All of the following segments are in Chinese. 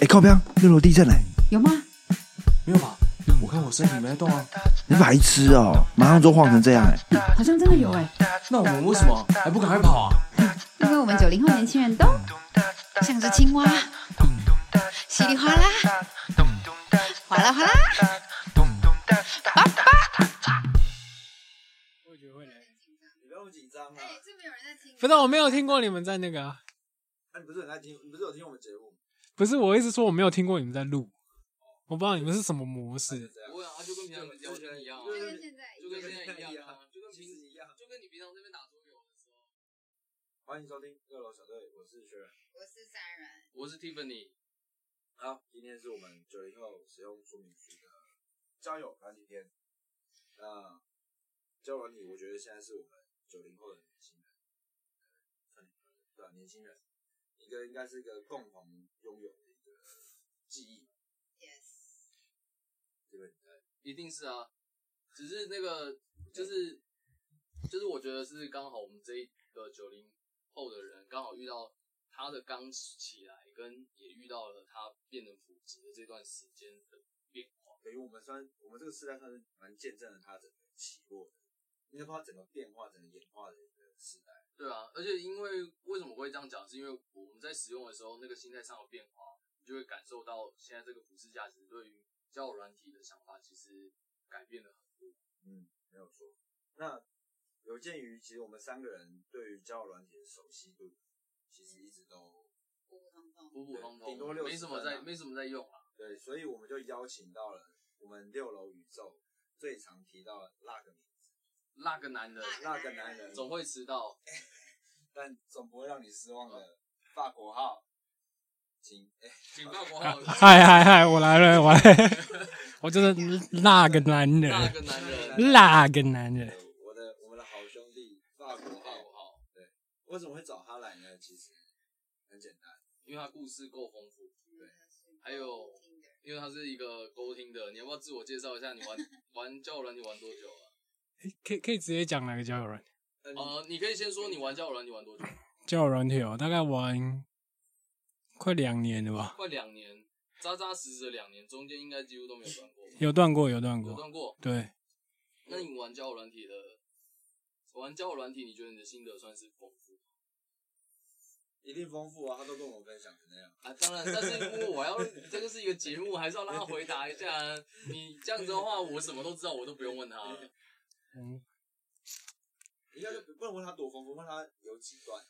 哎，靠边！六楼地震嘞、有吗？没有吧？我看我身体没在动啊，你白痴哦！马上就晃成这样哎、好像真的有哎，那我们为什么还不赶快跑啊？因为我们九零后年轻人都像只青蛙，稀里哗啦，哗啦哗啦。我觉得会来。哎不是，我没有听过你们在那个、啊，你不是很爱听？你不是有听我们节目？不是我一直说我没有听过你们在录，我不知道你们是什么模式。不会啊，就跟平常聊天一样啊，现在就跟现在一样啊，就跟平一样。就跟你平常这边打桌游的时候，欢迎收听六楼小队，我是学仁。我是三人，我是 Tiffany，好，今天是我们九零后使用说明书的交友软体篇。那交友软体，我觉得现在是我们九零后的年轻人，算对啊，年轻人一个应该是一个共同拥有的一个记忆。Yes，对不对？一定是啊，只是那个就是就是我觉得是刚好我们这一个九零后的人刚好遇到他的刚起来，跟也遇到了他变得普及的这段时间的变化，等于我们算我们这个时代算是蛮见证了它整个起落的，应该说它整个变化、整个演化的一个时代。对啊，而且因为为什么会这样讲，是因为我们在使用的时候那个心态上有变化，你就会感受到现在这个普世价值对于交友软体的想法其实改变了很多。嗯，没有错。那有鉴于其实我们三个人对于交友软体的熟悉度，其实一直都普普通通。普普通顶多通， 60没什么分啊在没什么在用啊。对，所以我们就邀请到了我们六楼宇宙最常提到的那个名字，那个男人那个男人总会迟到，但总不会让你失望的法国号，请哎、警报国号。 嗨嗨嗨，我来 了，我来了，我就是那个男那人，个男人，那个男人。呃我的我们的好兄弟法国号号，对，为什么会找他来呢？其实很简单，因为他故事够丰富，还有因为他是一个沟听的，你要不要自我介绍一下？你玩 玩交友软体玩多久啊了？可以可以直接讲哪个交友软体但呃，你可以先说你玩交友软体玩多久？交友软体哦，大概玩快两年了吧，快两年，扎扎实实的两年，中间应该几乎都没有断过，有断过，有断有过，断过。对，那你玩交友软体的，玩交友软体，你觉得你的心得算是丰富一定丰富啊，他都跟我分享的那样。啊？当然，但是因为我要这个是一个节目，还是要让他回答一下啊。你这样子的话，我什么都知道，我都不用问他了。嗯，应该是不能问他多丰富，问他有几段。啊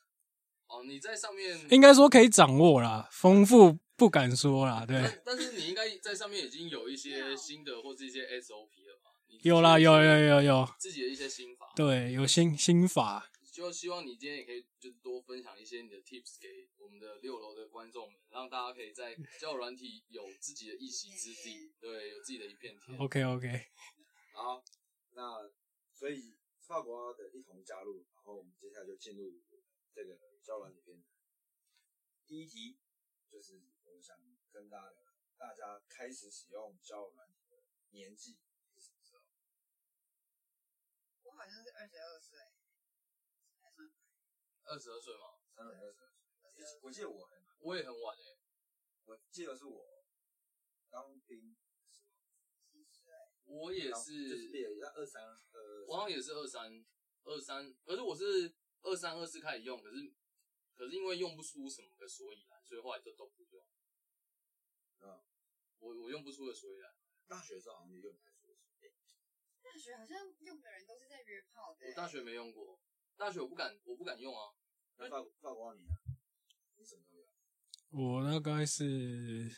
哦，你在上面应该说可以掌握啦，丰富不敢说啦，对。但但是你应该在上面已经有一些心得或是一些 SOP 了吧？你有啦，有有有有，自己的一些心法，对，有心心法，就希望你今天也可以就是多分享一些你的 tips 给我们的六楼的观众们，让大家可以在交友软体有自己的一席之地，对，有自己的一片天。 OK OK，好，那所以法国的一同加入，然后我们接下来就进入这个交软里面。第一题就是我想跟大家大家开始使用交友软体的年纪是什么时候？我好像是二十二岁，二十二岁嘛，三十二岁。我记得我很，我也很晚欸诶、我记得是我当兵，我也当就是是，列在二三呃，我好像也是二三二三，可是我是二三二四开始用，可是可是因为用不出什么个所以然，所以后来就都不用。嗯，我我用不出个所以然。大学的时候好像就用来说，哎大学好像用的人都是在约炮的我大学没用过，大学我不敢，我不敢用啊。那法法国你呢？你什么时候有？我大概是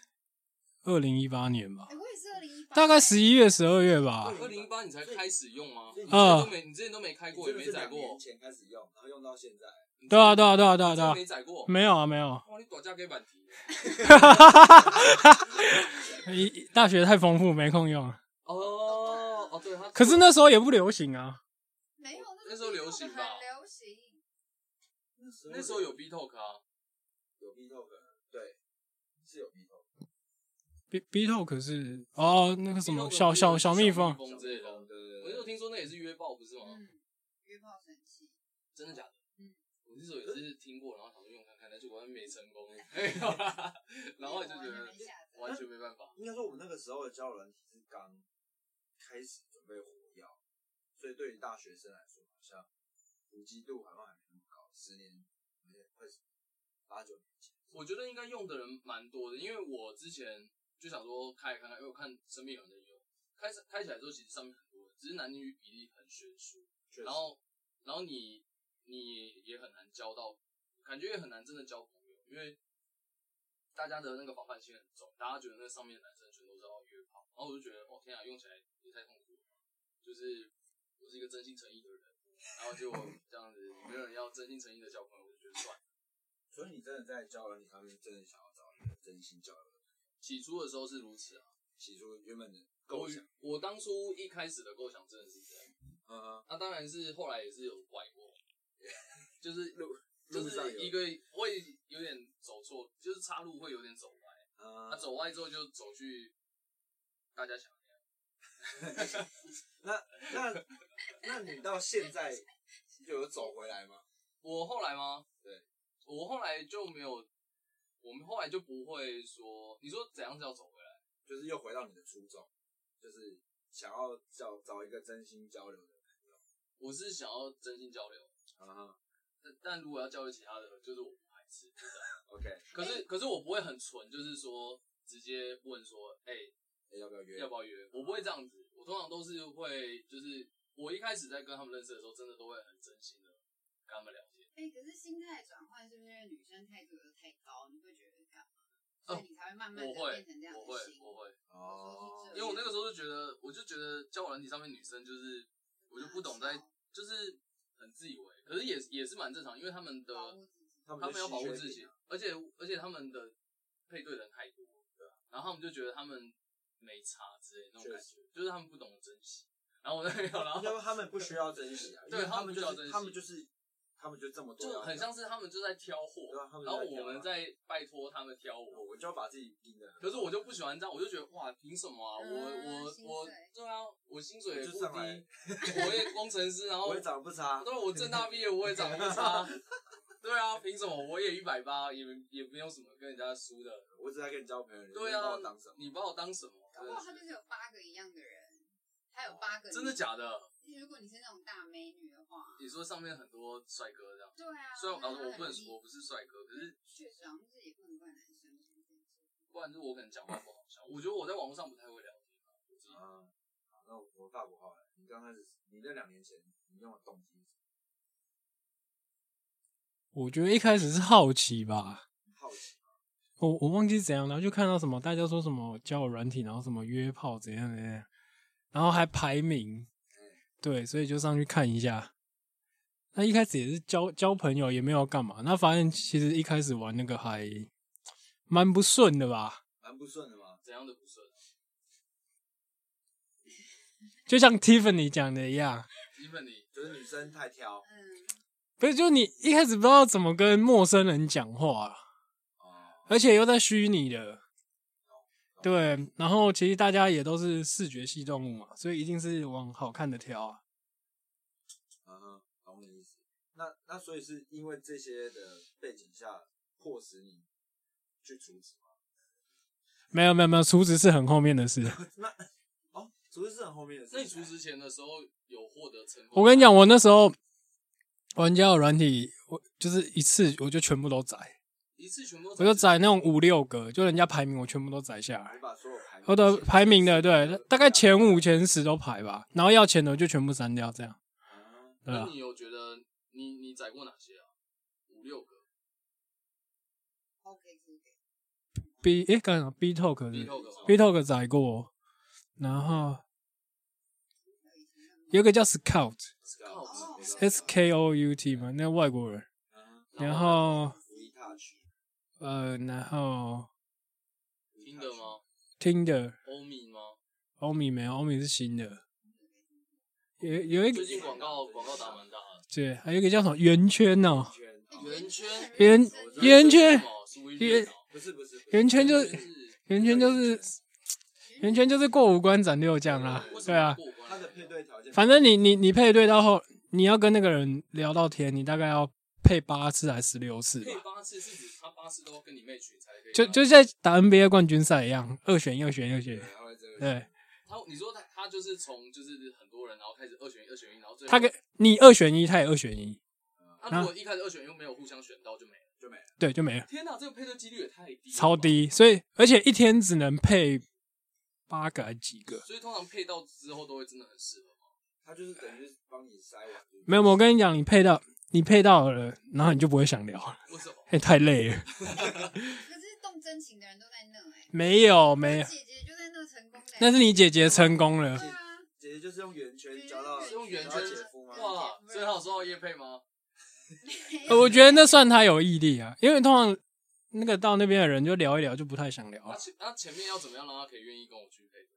二零一八年吧哎，，我也是二零一八，大概十一月、十二月吧。二零一八你才开始用吗？所以你你之前都啊嗯没，你之前都没开你过，也没真的是载两过年，前开始用，然后用到现在。对啊，对啊，对啊，对啊，你对真的啊，没载过。哦没有啊，没有。哇，你躲嫁给板提。一大学太丰富，没空用。哦哦，对，他可是那时候也不流行啊。没有那时候流行吧很流行。那时候有 B Talk 啊，有 B Talk，对，是有 B Talk。 B B Talk 是哦，那个什 B-Talk 么是小小小小蜜蜜蜂蜂，风之类的对对我那时候对。听说那也是约炮，不是吗？嗯，约炮神器。真的假的？嗯，我 啊那时候也是听过，然后想说用看看，但是我还没成功。没有啦然后就觉啊我还得没下个时候的交友软体是刚开始准备火药，所以对于大学生来说，好像普及度好像还没那么高。十年，有点快十八九年前，我觉得应该用的人蛮多的，因为我之前就想说开看看，因为我看身边有人在用，开始开起来之后其实上面很多人，只是男女比例很悬殊，确实然后然后你你也很难交到，感觉也很难真的交朋友，因为大家的那个防范心很重，大家觉得那上面的男生全都是要约炮，然后我就觉得哦天啊，用起来也太痛苦了，就是我是一个真心诚意的人，然后结果这样子没有人要真心诚意的交朋友，我就觉得算了。所以你真的在交友软体上面真的想要找一个真心交友的，起初的时候是如此啊，起初原本的我构想，我当初一开始的构想真的是这样，嗯哼，那、当然是后来也是有拐过，就是路就路上是有一个会有点走错，就是岔路会有点走歪，那、嗯，走歪之后就走去大家想的那样那那那你到现在有走回来吗？我后来吗？对，我后来就没有，我们后来就不会说，你说怎样叫走回来？就是又回到你的初衷，就是想要找找一个真心交流的人，我是想要真心交流，嗯哼但但如果要交流其他的，就是我不排斥。 ，OK，可是可是我不会很蠢，就是说直接问说，哎、欸要不要约？要不要约？我不会这样子，我通常都是会，就是我一开始在跟他们认识的时候，真的都会很真心的跟他们聊天。哎、可是心态转换是不是因为女生态度又太高，你会觉得干嘛？所以你才会慢慢我的会变成这样，我会的心。，我会，哦因因为我那个时候就觉得，我就觉得交友软体上面女生就是，我就不懂啊哦在，就是很自以为，可是也也是蛮正常，因为他们的保护自己。他他们们就要保护稀缺自己点啊，而且而且他们的配对人太多，对啊，然后他们就觉得他们没差之类的那种感觉，就是他们不懂得珍惜。然后我在没有，然后因为他们不需要珍惜啊，对因为他他们们不需就要是珍惜他们就是他们就这么多要就聊，很像是他们就在挑货对啊他，们然后在挑我啊们在拜托他们挑我我。我就要把自己盯的。可是我就不喜欢这样，我就觉得哇，凭什么啊？我嗯我薪我水，对啊，我薪水也我不就低，上来 我也工程师，然后 我也长得不差，对，啊我正大毕业，我也长得不 差。对啊，凭什么我也一百八，也也没有什么跟人家输的。我只在跟你交朋友，你对把啊我当什么，？你把我当什么？搞不好他就是有八个一样的人，他有八个。真的？假的？如果你是那种大美女的话，你说上面很多帅哥这样，对啊。虽然那啊他很我不能厉说我不是帅哥，可是确实好像自己不能怪男生。不然就是我可能讲话不好笑。我觉得我在网络上不太会聊天啊，我自己嗯，好，那我我大补号了。你刚开始，你那两年前你用的动机是什么我觉得一开始是好奇吧，好奇，我我忘记怎样，然后就看到什么大家说什么交友软体，然后什么约炮怎样怎样，然后还排名，对，所以就上去看一下。那一开始也是交交朋友，也没有干嘛。那发现其实一开始玩那个还蛮不顺的吧，蛮不顺的嘛。怎样的不顺？啊就像 Tiffany 讲的一样，基本你就是女生太挑嗯，不是就你一开始不知道怎么跟陌生人讲话，啊，而且又在虚拟的，对。然后其实大家也都是视觉系动物嘛，所以一定是往好看的挑啊。嗯哼，懂你意思。那那所以是因为这些的背景下，迫使你去阻止吗？没有没有没有，厨子是很后面的事。 那哦，除非是很后面的事情。那你除职前的时候有获得成功？我跟你讲，，我那时候玩家友软体，我就是一次我就全部都宰，一次全部都我就宰那种五六个，就人家排名我全部都宰下来你。把所有排名我的排名的对，大概前五前十都排吧，然后要钱的我就全部删掉，这样啊对吧、那你有觉得你你宰过哪些啊？五六个 OK OK。 B 诶，刚才讲 B Talk 是不第是六个吗？嗯 B Talk 载过，然后有一个叫 Scout 靠哦 S K O U T 嘛，那外国人，然后无一 touch 呃，然后听的吗？ Tinder 欧米吗？欧米没有，欧米是新的，有有一个最近广告广告打蛮大的，对，还有一个叫什么圆圈哦，圈圆圈圆圆圈是什么是微圆电脑不是不是不是圆圈就就是是圆圈就是圆圈就是过五关斩六将啦，为什对么啊，过关他的配对条件，反正你你你配对到后，你要跟那个人聊到天，你大概要配八次还是十六次吧可以，八次是指他八次都跟你妹群才可以吗，就就像打 NBA 冠军赛一样，二选一，二选一，二选一对，他会对，他你说他他就是从就是很多人，然后开始二选一，二选一，然后最后啊他跟啊你二选一，他也二选一，他如果一开始二选一又没有互相选到就没了。就没了。对，就没了，天哪，这个配对几率也太低，超。低。所以而且一天只能配八个还几个？所以通常配到之后都会真的很适合吗。他就是等于是帮你筛完，就是没有，我跟你讲，你配到你配到了，然后你就不会想聊了，为什 么？哎，太累了。可是动真情的人都在那哎、没有没有，姐姐就在那成功的、那是你姐姐成功了对。啊，姐姐就是用圆圈交到是用圆圈交到姐夫吗？哇，所以他有收到叶配吗？呃我觉得那算她有毅力啊，因为通常那个到那边的人就聊一聊，就不太想聊那了。前那前面要怎么样让他可以愿意跟我去配对？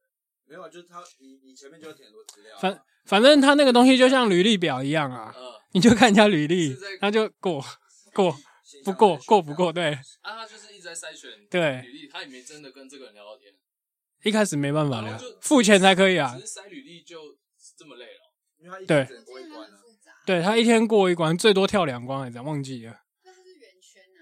没有，啊就是他，你你前面就有填很多资料啊，反反正他那个东西就像履历表一样啊，呃，你就看人家履历是在，然后就过过信不箱过筛选过不过，到对，啊，他就是一直在筛选对履历，他也没真的跟这个人聊到天，一开始没办法然聊后就，付钱才可以啊只。是筛履历就这么累了。因为他一对直只能过一我觉得关很啊。复杂，对他一天过一关，最多跳两关来着，忘记了。那它是圆圈啊，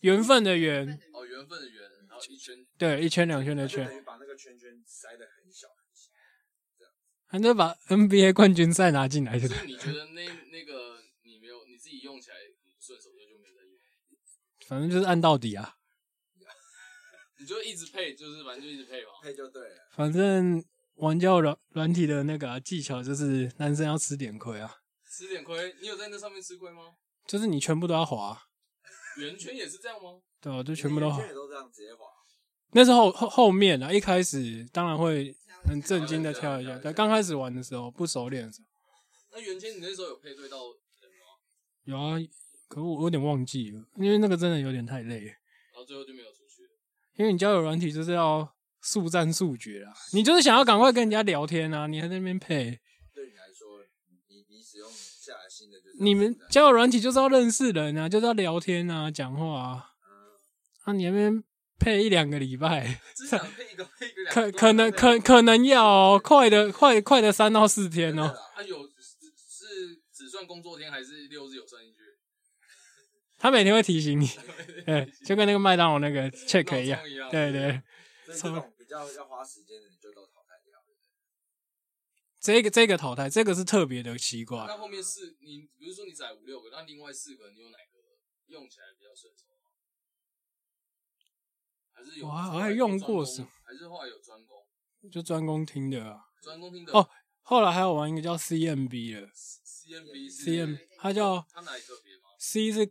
缘分的缘缘分，的哦，缘分的缘，然后一圈对，一圈两圈的他就圈，等于把那个圈圈塞得很小很小，还能把 NBA 冠军赛拿进来就所以你觉得那那个你没有你自己用起来你不顺手，就就没得用，反正就是按到底啊。你就一直配，就是反正就一直配嘛。配就对了。反正玩教软软体的那个啊、技巧就是男生要吃点亏啊，吃点亏，你有在那上面吃亏吗？就是你全部都要滑啊，圆圈也是这样吗？对吧、就全部都你滑的圆圈。也都这样直接划，那时候后后面啊，一开始当然会很震惊的跳一下，跳一下但刚开始玩的时候不熟练的时候，那圆圈你那时候有配对到人吗？有啊，可我我有点忘记了，因为那个真的有点太累了，然后最后就没有出去了。因为你交友软体就是要速战速决啊，你就是想要赶快跟人家聊天啊，你还在那边配，对你来说，你你你使用下来新的就是你们交友软体就是要认识人啊，就是要聊天啊，讲话啊，啊，你那边配一两个礼拜。只想配一个配一个两可个，可能可可能要哦、快的快快的三到四天哦、啊有是是只算工作天还是六日有算进去？他每天会提 醒你，对，就跟那个麦当劳那个 check 一样闹钟一样，啊对对，所以这种比较要花时间的，你就都淘汰掉。这个这个淘汰，这个是特别的奇怪，那后面四你比如说你载五六个，那另外四个你有哪个用起来比较顺手？还是有哇我还用过专攻是还是后来有专攻就专攻听的啊。专攻听的哦后来还有玩一个叫 CMB 的 CMB 是 CM，它叫它哪里特别吗 C 是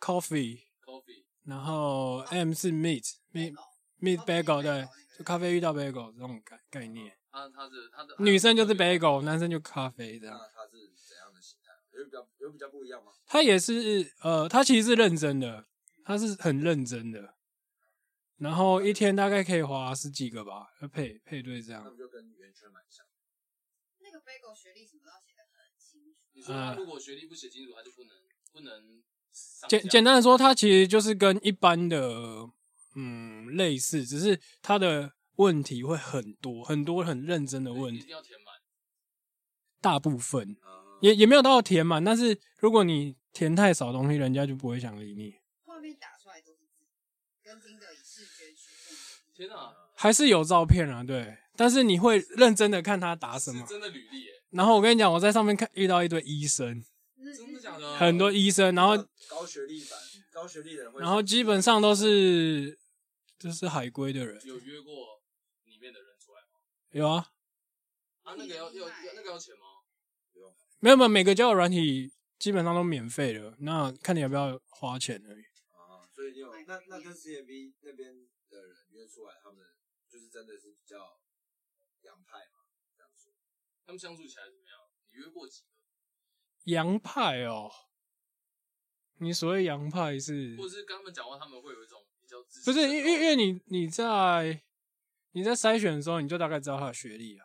coffee， ？Coffee 然后 M 是 meat meat meat bagel，对，就咖啡遇到 bagel 这种概概念。它它的它的女生就是 bagel，男生就咖啡这样。那它是怎样的形态？有比较有比较不一样吗？他也是呃，他其实是认真的，他是很认真的。然后一天大概可以划十几个吧，呃配配对这样那。不就跟圆圈蛮像？那个 bagel 学历什么都要写的很清楚，你说啊他如果学历不写清楚，他就不能不能上简架简单的说，它其实就是跟一般的嗯类似，只是它的问题会很多很多很认真的问一题定，要填满。大部分啊，也也没有到填满，但是如果你填太少东西，人家就不会想理你，画面打出来都是字，跟听的以视觉取物。天哪，还是有照片啊，对。但是你会认真的看他打什是么，真的履历耶？然后我跟你讲，我在上面看遇到一堆医生，真的假的？很多医生，然后高学历版，高学历的人会，然后基本上都呃是就是海归的人，有约过里面的人出来吗？有啊，啊，那个要要要那个要钱吗？没有没有，每个交友软体基本上都免费的，那看你要不要花钱而已。啊，所以你有那那跟 CMB 那边的人约出来，他们就是真的是比较洋派嘛，这样说。他们相处起来怎么样？你约过几个？洋派哦，你所谓洋派是，或者是跟他们讲话，他们会有一种比较自信嗯不是因因因为为你你在你在筛选的时候，你就大概知道他的学历啊。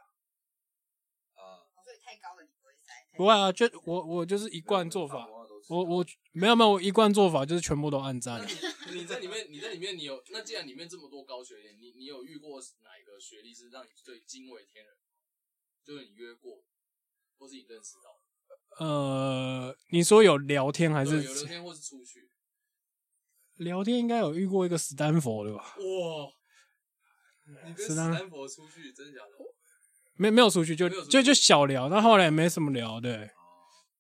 啊，哦所以太高了你不会塞。不会啊，就我我就是一贯做法，哦我我没有没有，我一贯做法就是全部都按赞啊。你在里面，你在里面，你有那既然里面这么多高学历，你你有遇过哪一个学历是让你最惊为天人？就是你约过，或是你认识到的，呃，你说有聊天还对是有聊天或是出去，聊天？应该有遇过一个史丹佛的吧？哇，你跟适史当丹佛出去，真的假的？没没有出去，就没有出去就就小聊，但后来也没什么聊的。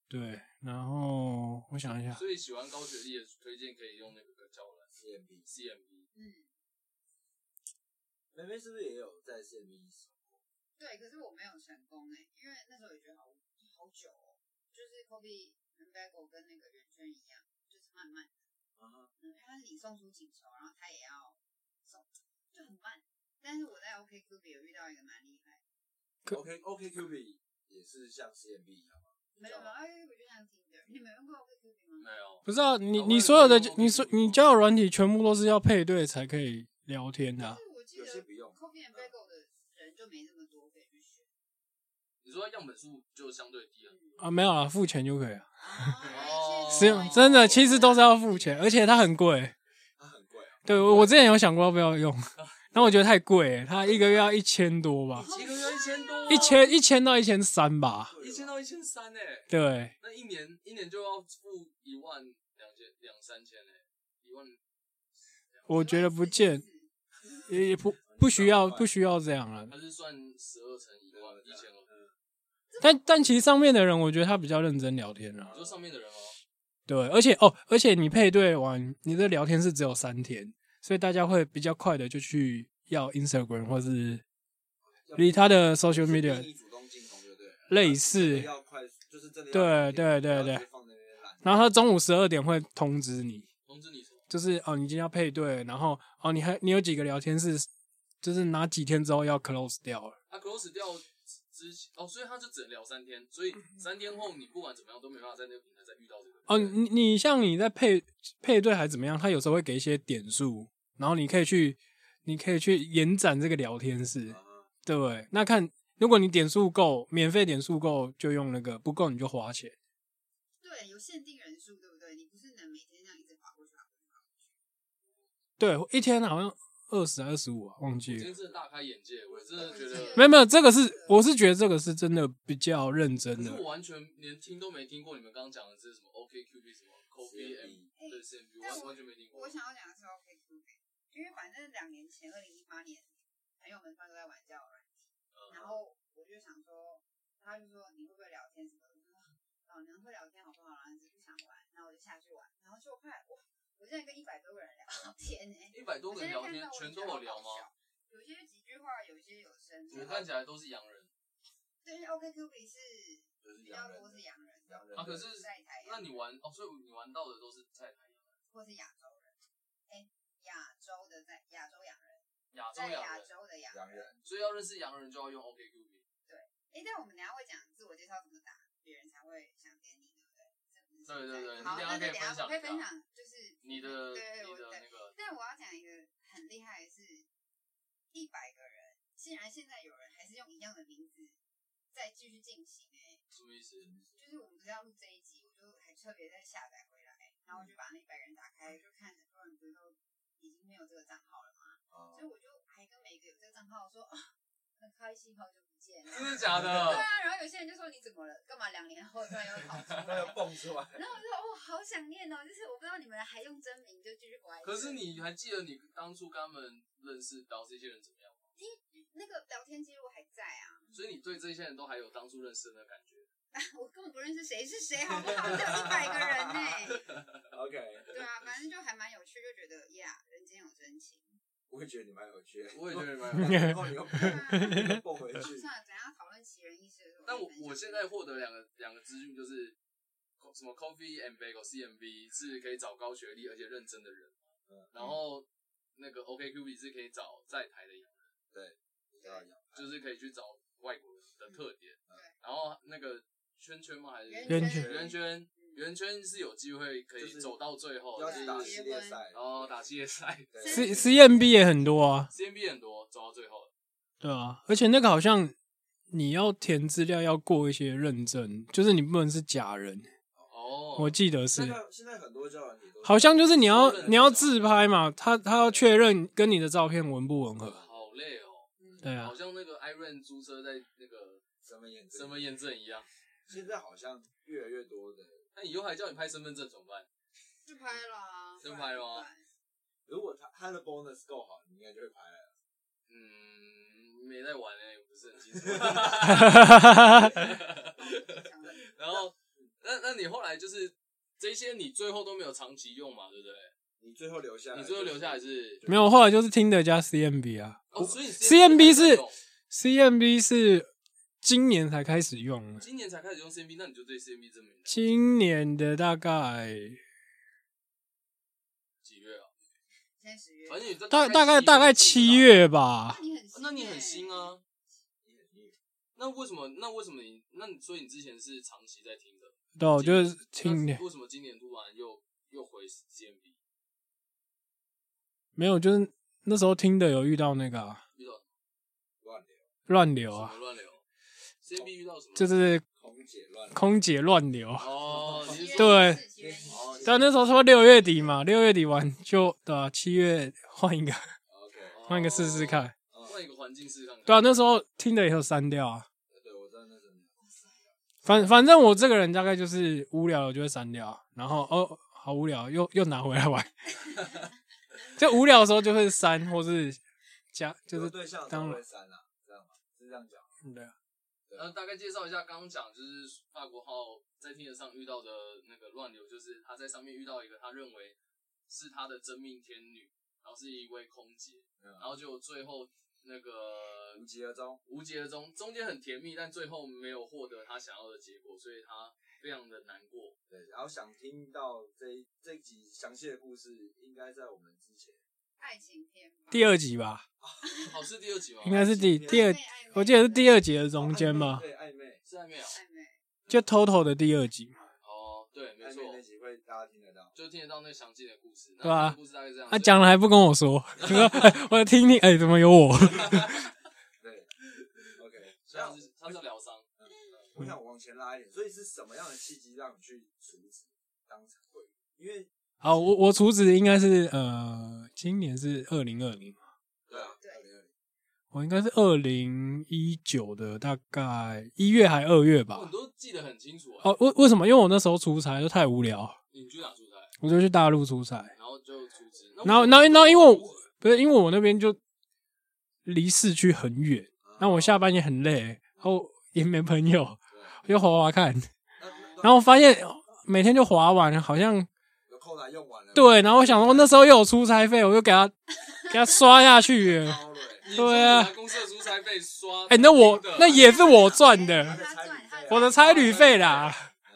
对，然后我想一下，所以喜欢高学历的推荐可以用那个叫我来 CMB CMB。嗯妹妹是不是也有在 CMB 对，可是我没有成功哎、因为那时候也觉得好好久哦，就是 Kobe 跟 b a g o 跟那个圆圈一样，就是慢慢的，啊？嗯，因为他是你送出请求，然后他也要送，就很慢。但是我在 OK q b 有遇到一个蛮厉害的， OK OK Q B 也是像 CMB 一样吗？没有没有，啊哎，我就想听的，你没有用过 OK q b 吗？没有，不知道你啊你我也所有的没你有所你交友软体全部都是要配对才可以聊天的啊、但是我记有得些不用 Kobe and b a g o 的人就没那么多可以去选。哦你说样本数就相对低了。啊，没有啊，付钱就可以了。啊哦是用真的，其实都是要付钱，而且它很贵。它很贵啊，对我我之前有想过要不要 用，但我觉得太贵了，它一个月要一千多 吧，一个月一千多，啊一千一千到一千三吧。一千到一千三哎，对，那一年一年就要付一万两千两三千哎，一万我觉得不见，也也不不需要不需要这样啊了。它是算十二乘一万一千二。但但其实上面的人，我觉得他比较认真聊天了啊你。说上面的人哦，对，而且哦，而且你配对完，你的聊天是只有三天，所以大家会比较快的就去要 Instagram 或是离他的 social 就是 media 你主动进攻就对了，类似要快速，就是真的对要快对对点不要对只放在那边懒。然后他中午十二点会通知你，通知你什么？就是哦，你今天要配对，然后哦，你还你有几个聊天是，就是哪几天之后要 close 掉了。他啊 close 掉之前哦，所以他就只能聊三天，所以三天后你不管怎么样都没办法在那个平台再遇到这个人。哦，你你像你在配配对还怎么样，他有时候会给一些点数，然后你可以去你可以去延展这个聊天室，对不对？那看如果你点数够，免费点数够就用那个，不够你就花钱。对，有限定人数，对不对？你不是能每天这样一直划过去划过去划过去？对，一天好像二十二十五啊，忘我记今天了。真的大开眼界，我真的觉得，没有没有，这个是我是觉得这个是真的比较认真可是的我。完全连听都没听过你们刚刚讲的是什么 OKQB 什么 Coffee M 对 CMB，哎但我我完全没听过。我想要讲的是 OK q b 因为反正两年前，二零一八年，朋友们他都在玩交友软体，嗯然后我就想说，他就说你会不会聊天什么的，我说嗯老娘会聊天好不好？然后只是不想玩，然后我就下去玩，然后就快我我现在跟一百多个人聊天呢、一百我多个现人在聊看天到，我全觉都得有好聊好吗？笑？有些几句话，有些有深度我。看起来都是洋人，对，因为 OK q b 是就是比洋较人多是洋人，洋人啊可是在台那你玩哦，所以你玩到的都是在啊或是亚洲人，哎，亚洲的在亚洲洋人，亚洲在洋亚人，洲的啊洋洋人，所以要认识洋人就要用 OKQB。哎，但我们等一下会讲自我介绍怎么打，别人才会想点你，对不对？这不是对对对好，你那等一下就可以等一下我可以分享一下分享，就是你的对你我的那个，但我要讲一个很厉害的是，一百个人，竟然现在有人还是用一样的名字在继续进行、哎，什么意思？就是我们不是要录这一集，我就还特别再下载回来，然后我嗯就把那一百个人打开，就看很多人不是都已经没有这个账号了吗？啊所以我就还跟每个有这个账号说啊，很开心，好久不见。真的假对的？啊，然后有些人就说你怎么了？干嘛两年后突然又跑出来？那 要蹦出来， 然后我就说哦，好想念哦，就是我不知道你们还用真名就继续玩。可是你还记得你当初跟他们认识到这些人怎么样吗？那个聊天记录还在啊， 所以你对这些人都还有当初认识的那感觉？我根本不认识谁是谁，好不好？只有一百个人呢、 OK，对啊，反正就还蛮有趣，就觉得呀，人间有真情。我也觉得你蛮有趣的。我也觉得蛮有趣的。然后你又蹦你又蹦回 去，算了，等一下讨论奇人异事的时候。但我我现在获得两个两个资讯，就是什么 Coffee and Bagel CMB 是可以找高学历而且认真的人，嗯然后那个 OKQB 是可以找在台的洋人，就是可以去找外国人的特点。嗯然后那个圈圈吗？还是圆圈圈圆圈？圆圈是有机会可以就是走到最后，要就是去打系列赛，然后打系列赛对是实实验 B 也很多啊， ，CMB 很多走到最后。对啊，而且那个好像你要填资料要过一些认证，就是你不能是假人，哦，我记得现是，在现在很多交友软体都好像就是你要确认你要自拍嘛，他他要确认跟你的照片吻不吻合，好累哦，对啊好，像那个 Iron 租车在那个身份验证，身份验证一样。现在好像越来越多的。那以后还叫你拍身份证怎么办？就拍了啊，就拍了啊不然如果他他的 bonus 够好，你应该就会拍了。嗯，没在玩哎、我不是很 清楚。啊然后，那那你后来就是这些，你最后都没有长期用嘛，对不对？你最后留下来，你最后留下来是没有，后来啊就是听的加 CMB 啊哦，所以 CMB 是才用，CMB 是今年才开始用的，今年才开始用 CMB，那你就对 CMB 证明了今年的大概几月啊？现在十月，反正你在大大概大概七，月吧那，你很啊那你很新欸，啊。那为什么？那为什么你？那你所以你之前是长期在听的？对，啊我哦就是今听年的那，为什么今年突然又又回 CMB？没有，就是那时候听的有遇到那个啊遇到乱流，乱流什啊哦么，乱流？CMB 遇到什么？就是空姐乱流，空姐乱流，哦，你是说对七月一日哦但那时候差不多六月底嘛，六月底完就对啊，七月换一个 OK，换一个试试，看，哦换一个环境试试看看。对啊，那时候听的也有删掉啊，对我知道那是你反反正我这个人大概就是无聊了就会删掉，然后哦好无聊，又又拿回来玩。就无聊的时候就会删，或是加，就是有对象才当会删啊，这样吗？是这样讲吗，对啊呃，大概介绍一下，刚刚讲就是法国号在听得上遇到的那个乱流，就是他在上面遇到一个他认为是他的真命天女，然后是一位空姐，啊然后就最后那个无疾而终。无疾而终，中间很甜蜜，但最后没有获得他想要的结果，所以他非常的难过。对，然后想听到这一这一集详细的故事，应该在我们之前。爱情片吧，第二集吧，好、是哦第二集吗？应该是第第暧二昧，暧昧我记得是第二集的中间嘛，对，啊暧昧，是还没有。暧昧，就 Total 的第二集嘛。哦，对，没暧错昧，那集会大家听得到。就听得到那详尽的故事。对啊那故事大概是这样。他讲了还不跟我说，你说 哎，我听听，哎，怎么有我？ 对，OK，所以他是他是疗伤，我想往前拉一点，所以是什么样的契机让你去阻止当场会员？因为好，我我厨子应该是呃，今年是二零二零，对啊，对二零二零，哦我应该是二零一九的大概一月还二月吧我。都记得很清楚、啊啊。哦，为为什么？因为我那时候出差就太无聊，你去哪出差？我就去大陆出差。然后就出资。然后，然后，然后，因为我不是因为我那边就离市区很远，然后我下班也很累，然后也没朋友，啊啊我就滑滑看，然后我发现每天就滑完，好像有扣打用完了。对。然后我想说那时候又有出差费，我就给他给他刷下去了。超累，对啊你说你拿公司的出差被刷，哎、那我真的啊那 也是我赚他的，赚他我的差旅费啦，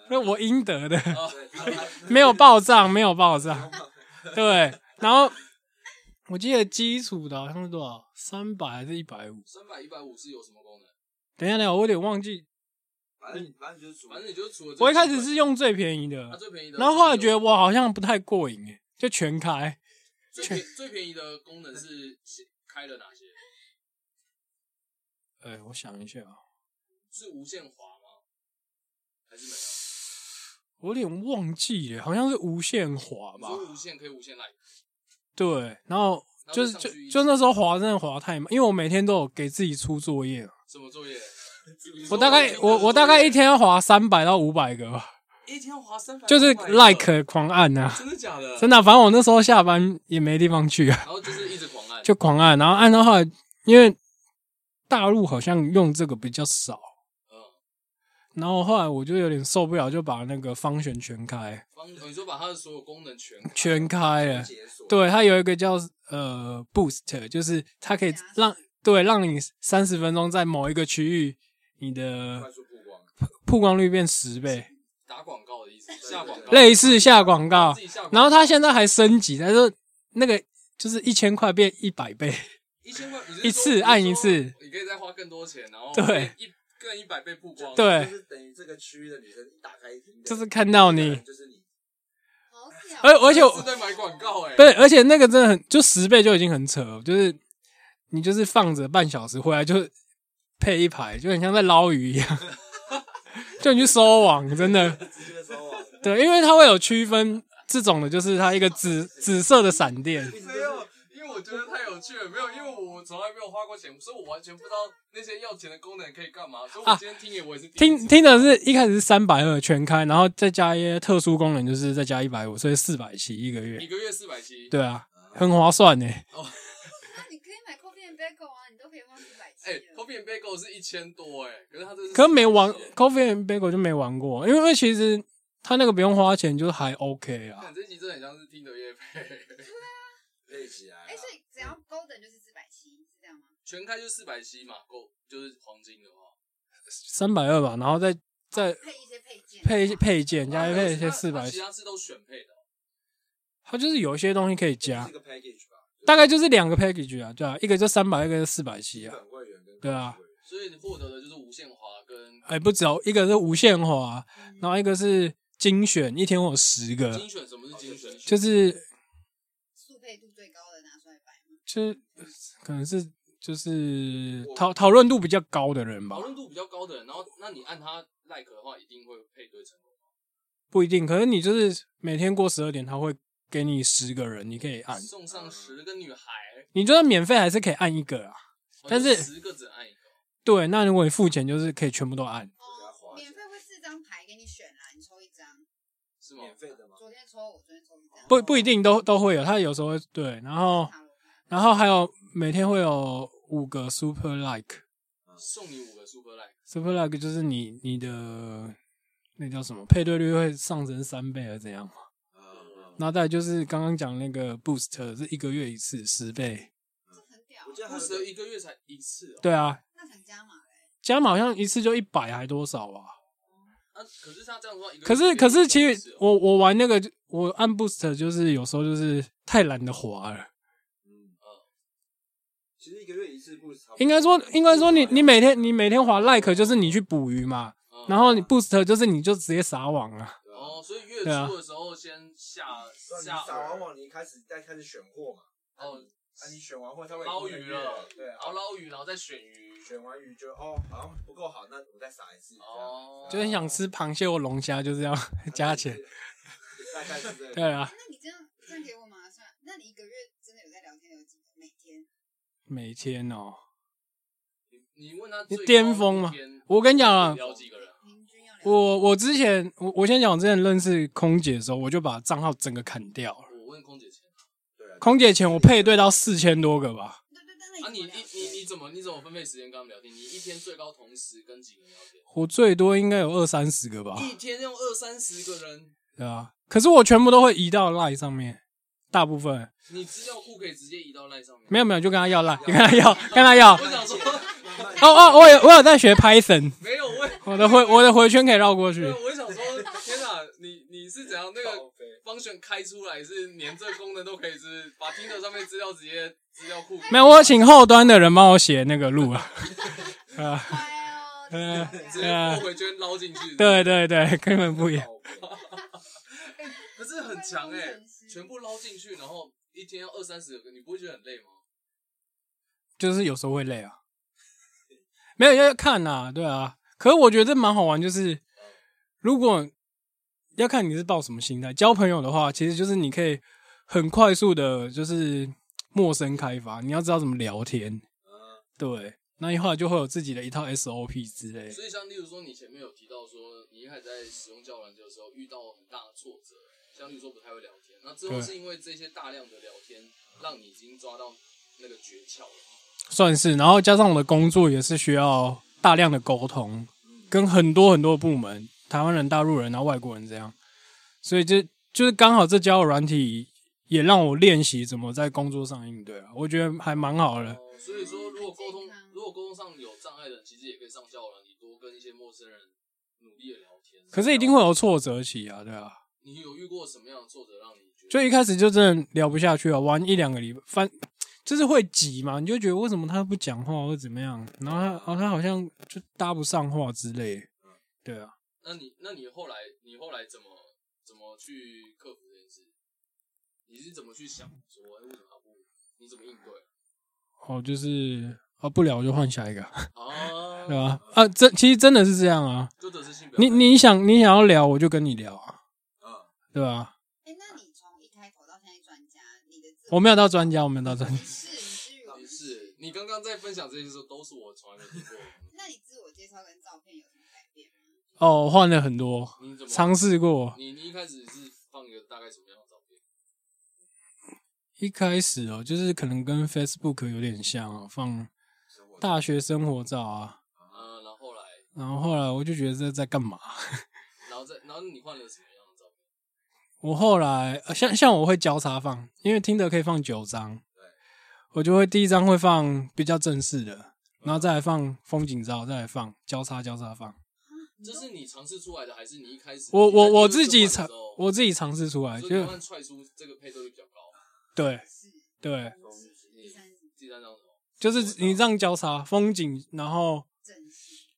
那我应得的，啊对，然后 他没有报账，没有报账。 对，然后我记得基础的好像是多少，三百还是一百五？三百一百五是有什么功能？等一下，等一下，我有点忘记。反正反正就是嗯处反正你就除了这我一开始基是用最便宜本，它的，最便宜的，然后后来觉得我好像不太过瘾，哎，就全开。最便最便宜的功能是开了哪些？哎，我想一下啊，是无限滑吗？还是没有？我有点忘记了，好像是无限滑你吧？说无限可以无限来，对，然后然后就是上就去一就那时候滑真的滑太慢，因为我每天都有给自己出作业，啊什么作业？我大概我我大概一天要滑三百到五百个吧，一天滑三百，就是 like 狂按啊，真的假的？真的啊、反正我那时候下班也没地方去啊。 然后就是一直狂按，就狂按，然后按到后来，因为大陆好像用这个比较少，嗯，然后后来我就有点受不了，就把那个方旋全开，方你说把它的所有功能全开全开了。解锁，对，它有一个叫呃 boost，就是它可以加速让对让你三十分钟在某一个区域，你的快速曝光，曝光率变十倍，打广告的意思，下广告，类似下广告自。己下广告，然后它现在还升级，它说那个就是一千块变一百倍，一千块，一次按一次，你可以再花更多钱，然后对一更一百倍曝光，，就对，是等于这个区域的女生一打开一听，就是看到你，就是你，好小，哎而而且我是在买广告哎、不是，而且那个真的很，就十倍就已经很扯了，就是你就是放着半小时回来就配一排，就很像在捞鱼一样， 就你去收网，真的，直接收网，对，因为它会有区分这种的，就是它一个紫紫色的闪电，一直没就有是，因为我觉得太有趣了，没有，因为我从来没有花过钱，所以我完全不知道那些要钱的功能可以干嘛，所以我今天听也我也是第一次啊听听的是一开始是三百二全开，然后再加一些特殊功能，就是再加一百五，所以四百七一个月一，个月四百七，对啊，很划算呢、那你可以买 c o f f and Bagel 啊，你都可以忘记百七哎、了。 c o f f e e and Bagel 是一千多哎、可是他这是可是没玩40 Coffee and Bagel 就没玩过，因为因为其实他那个不用花钱，就是还 OK 啊看。这集真的很像是听的夜配，配起来啦。啊哎、所以只要 Golden 就是四百七，是这样吗？全开就四百七嘛，够就是黄金的话，三百二吧，然后再再配一些配件，配一些配件，加它一配一些它四百它，其他是都选配的哦，它就是有一些东西可以这加是，个 package 吧，大概就是两个 package 啊，对啊，一个就三百，一个就四百七基啊，本会员跟对啊会员所以你获得的就是无限滑跟哎，不止哦，一个是无限滑，嗯然后一个是精选，一天我有十个精，选。什么是精选？呃就是速配度最高的拿出来摆吗？就是可能是就是我讨讨论度比较高的人吧讨，论度比较高的人，然后那你按他 like 的话，一定会配对成功。不一定，可能你就是每天过十二点，他会给你十个人，你可以按，送上十个女孩，你就算免费还是可以按一个啊，哦但是就十个只能按一个。哦对，那如果你付钱，就是可以全部都按。家哦，花免费会四张牌给你选啦，你抽一张。是吗？免费的吗？昨天抽我，昨天抽一张。不不一定都都会有，他有时候会对，然后塔罗牌然后还有每天会有五个 super like，super 送你五个 super like， like 就是你你的那叫什么配对率会上升三倍还是怎样嘛？嗯嗯然后再来就是刚刚讲那个 boost 是一个月一次十倍，这很屌啊我，记得还不有是一一个月才一次哦。对啊，那很加码嘞。加码好像一次就一百还多少啊？那可是他这样的话，一个月可是可是其只有实一次哦我我玩那个我按 boost 就是有时候就是太懒得滑了。嗯其实一个月一次不是差不多应该说，应该说你你每天你每天滑 like 就是你去捕鱼嘛，嗯然后你 boost 就是你就直接撒网啊，对啊哦，所以月对啊初的时候先下对啊你下撒完饵网，你开始再开始选货嘛？哦，啊，你选完货，他会捞鱼了，对然啊后，捞鱼，然后再选鱼。选完鱼就哦，好像不够好，那我再撒一次。哦，就是想吃螃蟹或龙虾，就是要 这样加钱。，大概是 这样。对啊，那你这样这样给我吗？算了，那你一个月真的有在聊天有几个？每天每天哦，你问他你巅峰嘛嘛？我跟你讲啊聊几个人？平均要聊我我之前我我先讲，我之前认识空姐的时候，我就把账号整个砍掉了。我问空姐钱。对啊，空姐前我配对到四千多个吧，对对，但那啊，你怎么你聊你你怎么你怎么分配时间跟他们聊天？你一天最高同时跟几个人聊天？我最多应该有二三十个吧，一天用二三十个人，对啊，可是我全部都会移到 line 上面，大部分你资料库可以直接移到赖上面。没有没有就跟他要 line，跟他要 跟他要。我想说， 哦哦，我有我有在学 Python。没有我也，我的回我的回圈可以绕过去对，，我也想说，天哪，你你是怎样那靠个背方选开出来是连这功能都可以，是不是把 Tinder 上面资料直接资料库？没有我请后端的人帮我写那个路啊，啊，哎呦，哎呃这直个接后回圈捞进去，对，对对，根本不一样，靠背可是很会强哎、工程师全部捞进去，然后一天要二三十个，你不会觉得很累吗？ 就是有时候会累啊，没有要看呐、对啊，可是我觉得蛮好玩，就是如果要看你是抱什么心态，交朋友的话，其实就是你可以很快速的，就是陌生开发，你要知道怎么聊天，嗯对，那你后来就会有自己的一套 SOP 之类的，所以像例如说，你前面有提到说，你一开始在使用教软件的时候遇到很大的挫折，欸像例如说不太会聊天，那之后对是因为这些大量的聊天，让你已经抓到那个诀窍了。算是，然后加上我的工作也是需要大量的沟通，跟很多很多的部门，台湾人、大陆人，然后啊外国人这样，所以就就是刚好这交友软体也让我练习怎么在工作上应对啊，我觉得还蛮好的。哦，所以说如果沟嗯很通健康如果沟通上有障碍的人，其实也可以上教软，你多跟一些陌生人努力的聊天。可是一定会有挫折期啊，对啊，你有遇过什么样的挫折让你觉得？就一开始就真的聊不下去啊，玩一两个礼拜，翻就是会急嘛，你就觉得为什么他不讲话或者怎么样，然后他哦他好像就搭不上话之类的，对啊，那你那你后来你后来怎么怎么去克服这件事？你是怎么去想说，哎、为什么他不？你怎么应对？哦就是啊不聊就换下一个啊。啊，对吧？啊，真其实真的是这样啊。就得失性表达你你想你想要聊，我就跟你聊啊，嗯， 对吧？哎，那你从一开头到现在专家，你的自我没有到专家，我没有到专家 你。是你是语文也是，你刚刚在分享这些时候，都是我从来没听过的。那你自我介绍跟照片有什么改变吗？哦，我换了很多，你怎么尝？试过。你你一开始是放一个大概什么样的照片？一开始哦，就是可能跟 Facebook 有点像哦，放生活大学生活照啊。嗯，然后后来，然后后来我就觉得这在干嘛？然后再，然后你换了什么样的照片？我后来呃像像我会交叉放，因为听的可以放九张，我就会第一张会放比较正式的，然后再来放风景照，再来放交叉交叉放。这是你尝试出来的，还是你一开始我我我你在自己做这尝款的时候，我自己尝试出来，所就以慢慢踹出这个配对率比较高。对是对，第三是第三张什么？就是你这样交叉风景，然后正式，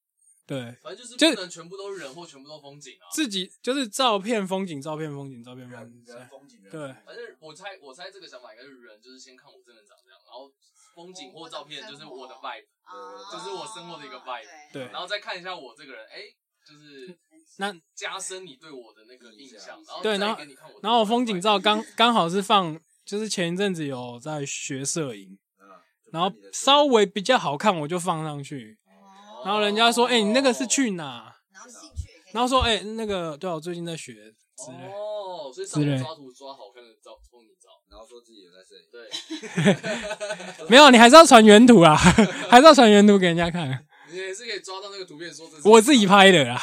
对反正就是就不能全部都是人或全部都是风景啊。自己就是照片风景，照片风景，照片风人景，这样人风景人对反正我猜，我猜这个想法应该是人，就是先看我真的长这样，然后风景或照片就是我的 vibe，哦就是我生活的一个 vibe 对然后再看一下我这个人，哎、就是那加深你对我的那个印象，然后对然再后给你看我，然后我风景照，刚刚好是放，就是前一阵子有在学摄影，嗯，就然后看你的稍微比较好看，我就放上去。哦然后人家说：“哎、你那个是去哪然后兴趣也可？”以，然后说：“哎、那个对啊我最近在学之类。哦，所以上之网类抓图抓好看的照风景照，然后说自己有在摄影，对，没有，你还是要传原图啦，啊 还是要传原图给人家看。你也是可以抓到那个图片说这是我自己，拍的啦，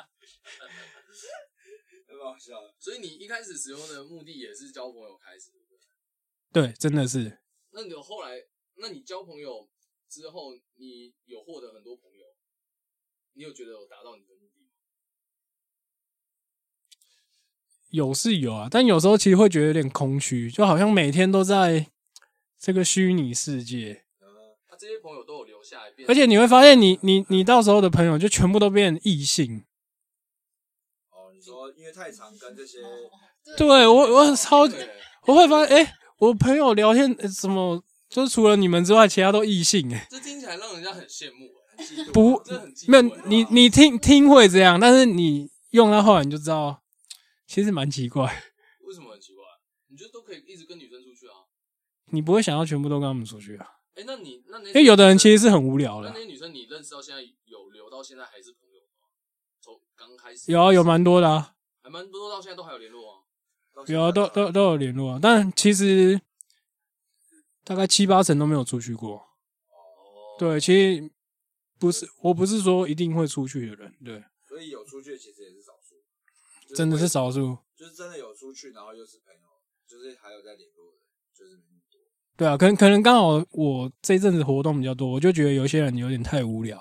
太哎好笑了。所以你一开始使用的目的也是交朋友开始，对不对对，真的是那你有后来，那你交朋友之后，你有获得很多朋友，你有觉得有达到你的目的吗？有是有啊，但有时候其实会觉得有点空虚，就好像每天都在这个虚拟世界，那、这些朋友都有留下来，变成而且你会发现你，你你到时候的朋友就全部都变异性。哦，你说因为太常跟这些对我我超对我会发现，哎、我朋友聊天呃怎么就是除了你们之外，其他都异性哎、这听起来让人家很羡慕、欸，很嫉妒不这很嫉妒没有欸你，你听听会这样，但是你用到后来你就知道，其实蛮奇怪，为什么很奇怪？啊你就都可以一直跟女生出去啊？你不会想要全部都跟他们出去啊，哎、那你那那因因为有的人其实是很无聊那的那，些女生你认识到现在有留到现在还是朋友吗？从刚开始有啊有蛮多的啊，还蛮多到现在都还有联络啊。有啊都都都有联络啊，但其实大概七八成都没有出去过，哦，对，其实不是，我不是说一定会出去的人，对，所以有出去其实也是少数，就真的会是，少数，就是真的有出去，然后又是朋友，就是还有在联络的，就是没那么多。对啊，可能可能刚好我这一阵子活动比较多，我就觉得有些人有点太无聊。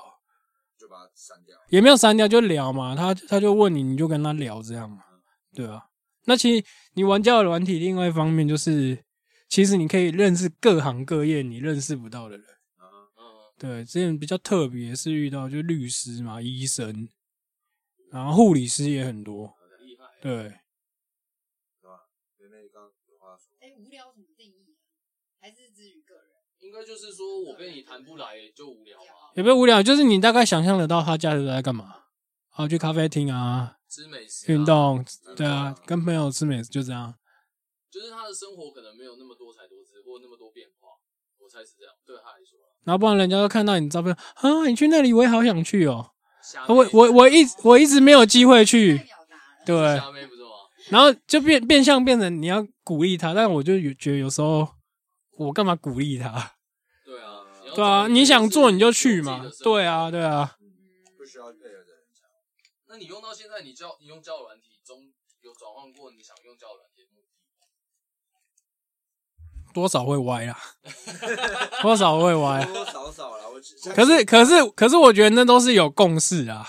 就把它删掉。也没有删掉，就聊嘛。他他就问你，你就跟他聊这样嘛，对啊。那其实你玩交友软体，另外一方面就是，其实你可以认识各行各业你认识不到的人。嗯，对，之前比较特别是遇到就律师嘛、医生，然后护理师也很多。很厉害。欸对，妹妹刚有话说，哎，无聊怎么定义？还是至于个人？应该就是说我跟你谈不来就无聊嘛，也不是无聊，就是你大概想象得到他假日都在干嘛。啊，去咖啡厅啊，吃美食、啊、运，动，对运啊动，跟朋友吃美食就这样。就是他的生活可能没有那么多彩多姿或那么多变化，我猜是这样。对他来说啊，然后不然人家都看到你照片啊，你去那里我也好想去哦、虾妹我我我一直我一直没有机会太去，表达了，嗯对，虾妹不是吗？然后就变变相变成你要鼓励他，但我就有觉得有时候我干嘛鼓励他？对啊，对啊，你想做你就去嘛，对啊。啊，对啊，嗯不需要配合的人讲。那你用到现在，你教你用交友软体中有转换过你想用交友软体的目的吗？多少会歪啦， 多少会歪啊。多多少少啦，我只可是可是可是，我觉得那都是有共识啊，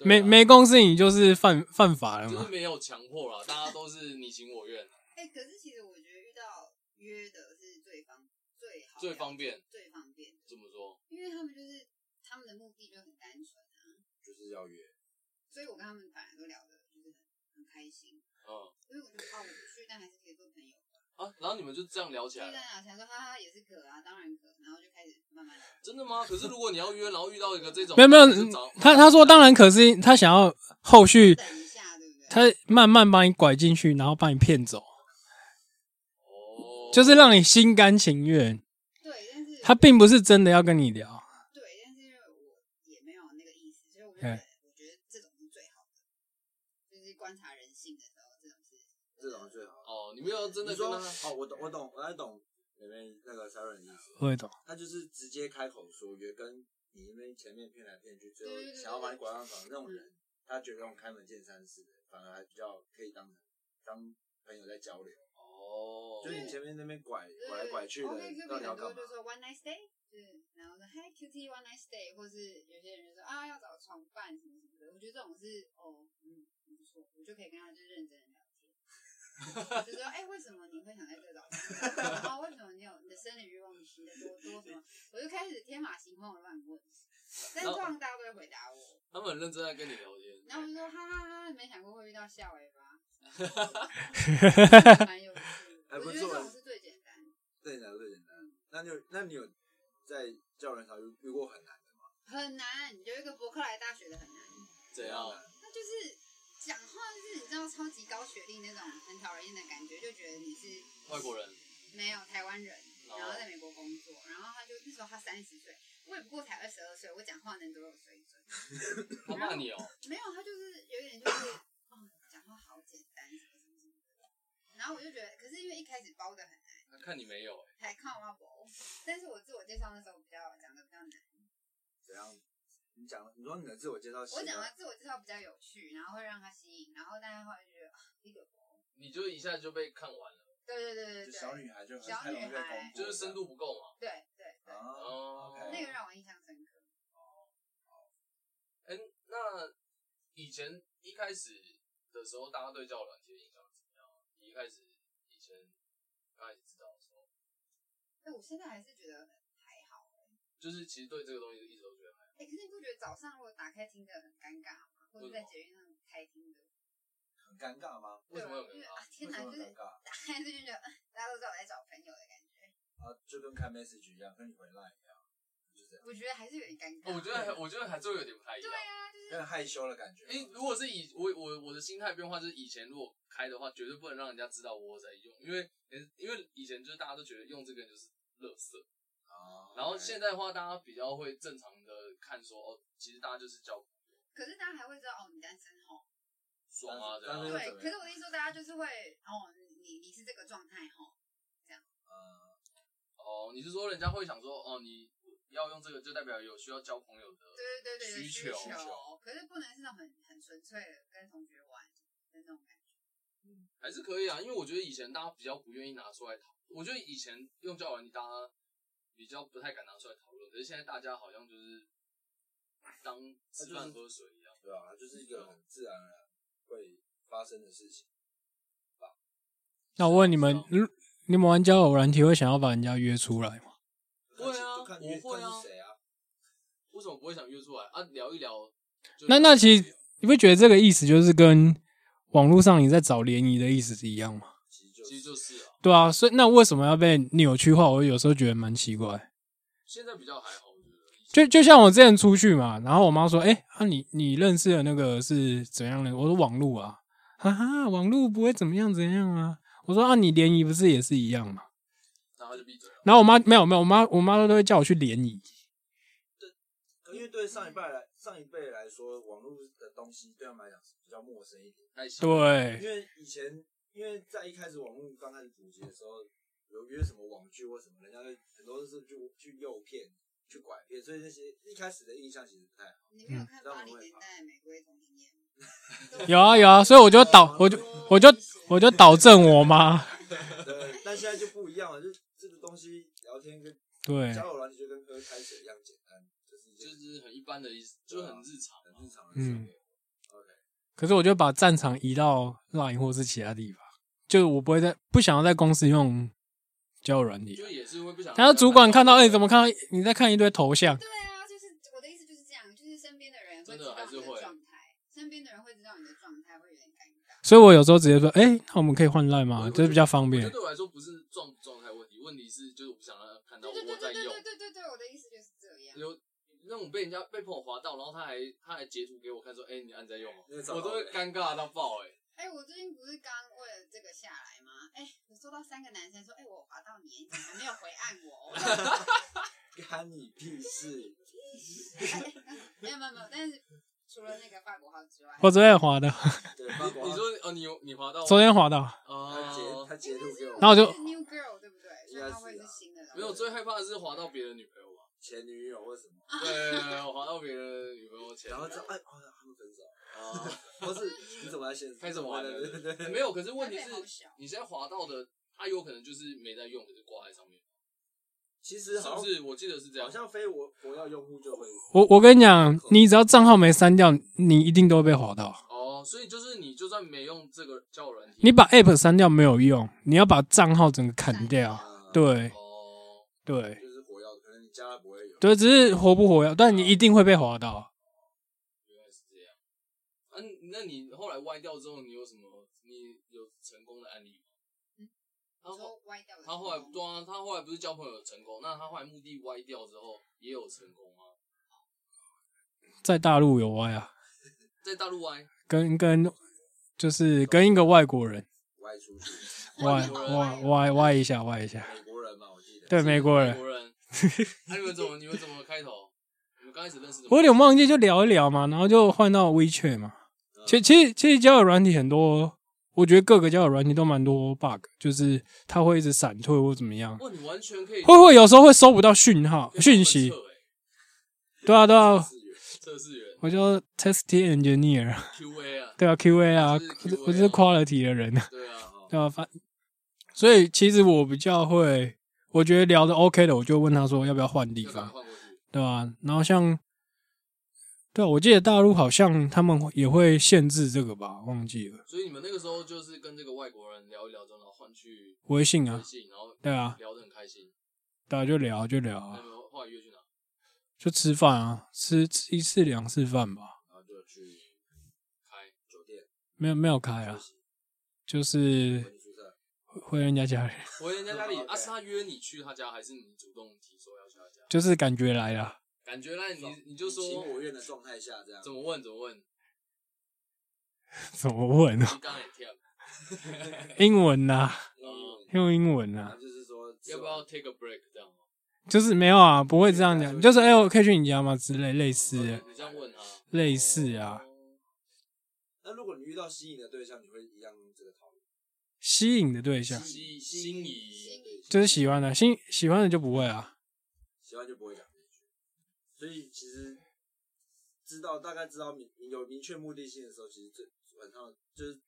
对啊没没共识你就是犯犯法了就是嘛。没有强迫啦，大家都是你情我愿，啊哎，可是其实我觉得遇到约的是最方最好最方便。最方便的，怎么说？因为他们就是他们的目的就很单纯啊，就是要约，所以我跟他们本来都聊的就是很很开心，嗯所以我觉得哦，我不去，但还是可以做朋友。啊，然后你们就这样聊起就来是了在，聊起来说哈哈也是可啊，当然可，然后就开始慢慢聊。真的吗？可是如果你要约，然后遇到一个这种，没有没有就找，他他说当然，可是他想要后续等一下，对不对？他慢慢把你拐进去，然后把你骗走，哦，就是让你心甘情愿。对，但是他并不是真的要跟你聊，对，但是我也没有那个意思，所以我就嗯觉得，我觉得这种是最好的，就是观察人性的时候，这种是这种最好。哦，你没有真的你跟说他，哦，我懂，我懂，我在懂妹妹那个 Siren 的意思，我也懂。他就是直接开口说约，跟你因为前面骗来骗去，最对对后对想要把你拐上床那种嗯人，他觉得那种开门见山似的，反而还比较可以当成当朋友在交流。哦，就你前面那边拐拐来拐去的 o k，q 到底 b 要很干多嘛就？说 one night stay，就是然后说 Hi cutie one night stay，或是有些人就说啊要找床伴什么什么的。我觉得这种是哦，嗯，很不错，我就可以跟他就认真的聊天，就说哎、为什么你会想在这找床伴？然后为什么你有你的生理欲望你的多多什么？我就开始天马行空的乱问，但是通常大家都会回答我，他们很认真在跟你聊天。然后我就说哈哈哈，没想过会遇到下尾巴，蛮有趣的。还不我觉得错这种是最简单的。最简单最简单。那你有那你有在教人上遇遇过很难的吗？很难，有一个伯克莱大学的很难，怎样？他就是讲话就是你知道超级高学历那种很讨人厌的感觉，就觉得你是外国人，没有台湾人，哦然后在美国工作，然后他就那时候他三十岁，我也不过才二十二岁，我讲话能多有水准？他骂你哦、没有，他就是有点就是哦，讲话好简单什么什么什么的。然后我就觉得，可是因为一开始包的很难，他看你没有、欸，还看我包，但是我自我介绍那时候比较讲的比较难。怎样？你讲，你说你的自我介绍习我惯，讲的自我介绍比较有趣，然后会让他吸引，然后大家会觉得啊一个包你就一下就被看完了，对对对对就对，小女孩就很小太容易被女孩攻破就是深度不够嘛。对对对，啊，哦、 OK 那个让我印象深刻。哎、那以前一开始的时候，大家对交友软件的印象怎么样？你一开始以前刚开始知道的时候，哎，我现在还是觉得还好。就是其实对这个东西一直都觉得还好。哎，可是你不觉得早上如果打开听的很尴尬吗？或者在捷运上开听的，很尴尬吗？为什么有对啊尴因为尬啊，天哪，为什么就很是尴尬？打开就觉得嗯大家都知道我在找朋友的感觉，啊，就跟开 message 一样，跟你回 line 一样，就这样，我觉得还是有点尴哦尬。我觉得还，我觉得还是会有点不太一对样。啊，就有是点害羞的感觉。哎、如果是以我我我的心态变化，就是以前如果开的话，绝对不能让人家知道我有在用，因为因为以前就是大家都觉得用这个就是垃圾，啊然后现在的话，大家比较会正常的看说，哦，其实大家就是交 可是大家还会知道哦，你单身吼。爽啊这但样。是又怎对，么样可是我的意思说，大家就是会哦，你你是这个状态哦吼。呃，哦，你是说人家会想说，哦，你要用这个就代表有需要交朋友的，对对对对，需需求可是不能是那种很很纯粹的跟同学玩的那种感觉。还是可以啊，因为我觉得以前大家比较不愿意拿出来讨，我觉得以前用交友软件大家比较不太敢拿出来讨论，可是现在大家好像就是当吃饭喝水一样。对啊，就是一个很自然而然会发生的事情。那我问你啊们，如你们玩交友软体会想要把人家约出来吗？会啊就看你我会啊看是谁啊？为什么不会想约出来啊？聊一聊就。那那其实你不觉得这个意思就是跟网络上你在找联谊的意思是一样吗？其实其实就就是是啊，对啊，所以那为什么要被扭曲化？我有时候觉得蛮奇怪。现在比较还好，我觉得。就就像我之前出去嘛，然后我妈说：“哎、啊你你认识的那个是怎样的？”我说：“网络啊，哈哈，网络不会怎么样怎样啊。”我说：“啊，你联谊不是也是一样吗然后就闭嘴了？”。然后我妈没有没有，我妈我妈都会叫我去联谊。可因为对嗯上一辈来上一辈来说，网络的东西对他们来讲是比较陌生一点。太喜欢因对，为以前，因为在一开始网络刚开始普及的时候，有约什么网剧或什么，人家会很多是去去诱骗、去拐骗，所以那些一开始的印象其实不太好。你没有看嗯八零年代的玫瑰童林宴吗？有啊有啊，所以我就导我就我就我就导正我妈。 对，但现在就不一样了，就这个东西聊天跟对，交友软件就跟喝开水一样简单，就是一就件是很一般的意思，就很日常很嘛。日常的生活。可是我就把战场移到 Line 或是其他地方，就是我不会在不想要在公司用交友软体就。也是会不想。然后主管看到，哎、怎么？看到你在看一堆头像？对啊，就是我的意思就是这样，就是身边的人会真知的道还是你会的状态，身边的人会知道你的状态，会有点尴尬。所以我有时候直接说，哎、那我们可以换 line 吗？我这比较方我觉得便。对我来说不是状状态问题，问题是就是我不想让他看到对对对我对在对用对，对对对，我的意思就是这样。有那种被人家被朋友划到，然后他还他还截图给我看说，哎、你按在用哦，那个糟糕我都会尴尬到爆哎、哎、我最近不是刚为了这个下来吗？哎、我收到三个男生说，哎、我滑到你，你怎么没有回按我？我说干你屁事！哎哎没有没有没有，但是除了那个法国号之外，我昨天滑的， 对，你法 国你说哦，你有你滑到昨天滑到，他截哦，他截图给我，然后我就是 New Girl 对不对？所以它会是新的。啊没有最害怕的是滑到别人女朋友吧？前女友或什么，对对对，我滑到别人女朋友前，哦然后这哎，哦，他们分手，不是你怎么在现实开始玩了对对对，对没有，可是问题台北好是小，你现在滑到的，它有可能就是没在用，可是挂在上面，其实是好不像是？我记得是这样好。像非我我要用户就会，我我跟你讲，你只要账号没删掉，你一定都会被滑到。哦，所以就是你就算没用这个叫软体，你把 App 删掉没有用，你要把账号整个砍掉。啊，对哦，对就是火药，可能你加了不会有，对，只是活不活跃，但你一定会被滑到。原来是这样。啊，那你后来歪掉之后，你有什么？你有成功的案例吗？他你后说歪掉的时他候，后来对啊，他后来不是交朋友有成功，那他后来目的歪掉之后也有成功啊，在大陆有歪啊，在大陆歪，跟跟就是跟一个外国人歪出去，歪歪歪歪一下，歪一下。美国人嘛，我记得，对，美国美人，国人。那、你们怎么你们怎么开头？你们刚开始认识怎么？我有点忘记，就聊一聊嘛，然后就换到 WeChat 嘛。其其实其实交友软体很多，我觉得各个交友软体都蛮多 bug，就是它会一直闪退或怎么样，哇，你完全可以会会有时候会收不到讯号可以讯息测。欸对啊对啊，四元测试员我叫 test engineer， QA 啊，对啊 QA 啊就是，我是 QA 啊我是 quality 的人啊，对啊，对啊，反所以其实我比较会，我觉得聊的 OK 的，我就问他说要不要换地要赶方快，换过去。对啊，然后像，对啊，我记得大陆好像他们也会限制这个吧，忘记了所以你们那个时候就是跟这个外国人聊一聊之后，然后换去微信微啊，信，然后对啊，聊得很开心。对啊，就聊就聊那啊你，们后来约去哪？就吃饭啊，吃吃一次两次饭吧，然后就去开酒店没有没有开啊，就是回宿舍，回人家家里， 回人家家里，哦啊， ，OK 是他约你去他家，还是你主动提说要去他家？就是感觉来啊了。感觉那你你就情说我愿的状态下这样怎，么问怎么问，你 怎么问啊？刚也 跳， 英文呐、啊，嗯用英文然呐、啊后，就是说要不要 take a break 这样吗？就是没有啊，不会这样讲，就是哎、我可以去你家吗？之类类似的哦你这样问他，啊哦类似啊，那如果你遇到吸引的对象，你会一样用这个套路？吸引的对象心心仪，对，就是喜欢的，喜喜欢的就不会啊。喜欢就不会讲进去。所以其实知道大概知道明有明确目的性的时候，其实最晚上就是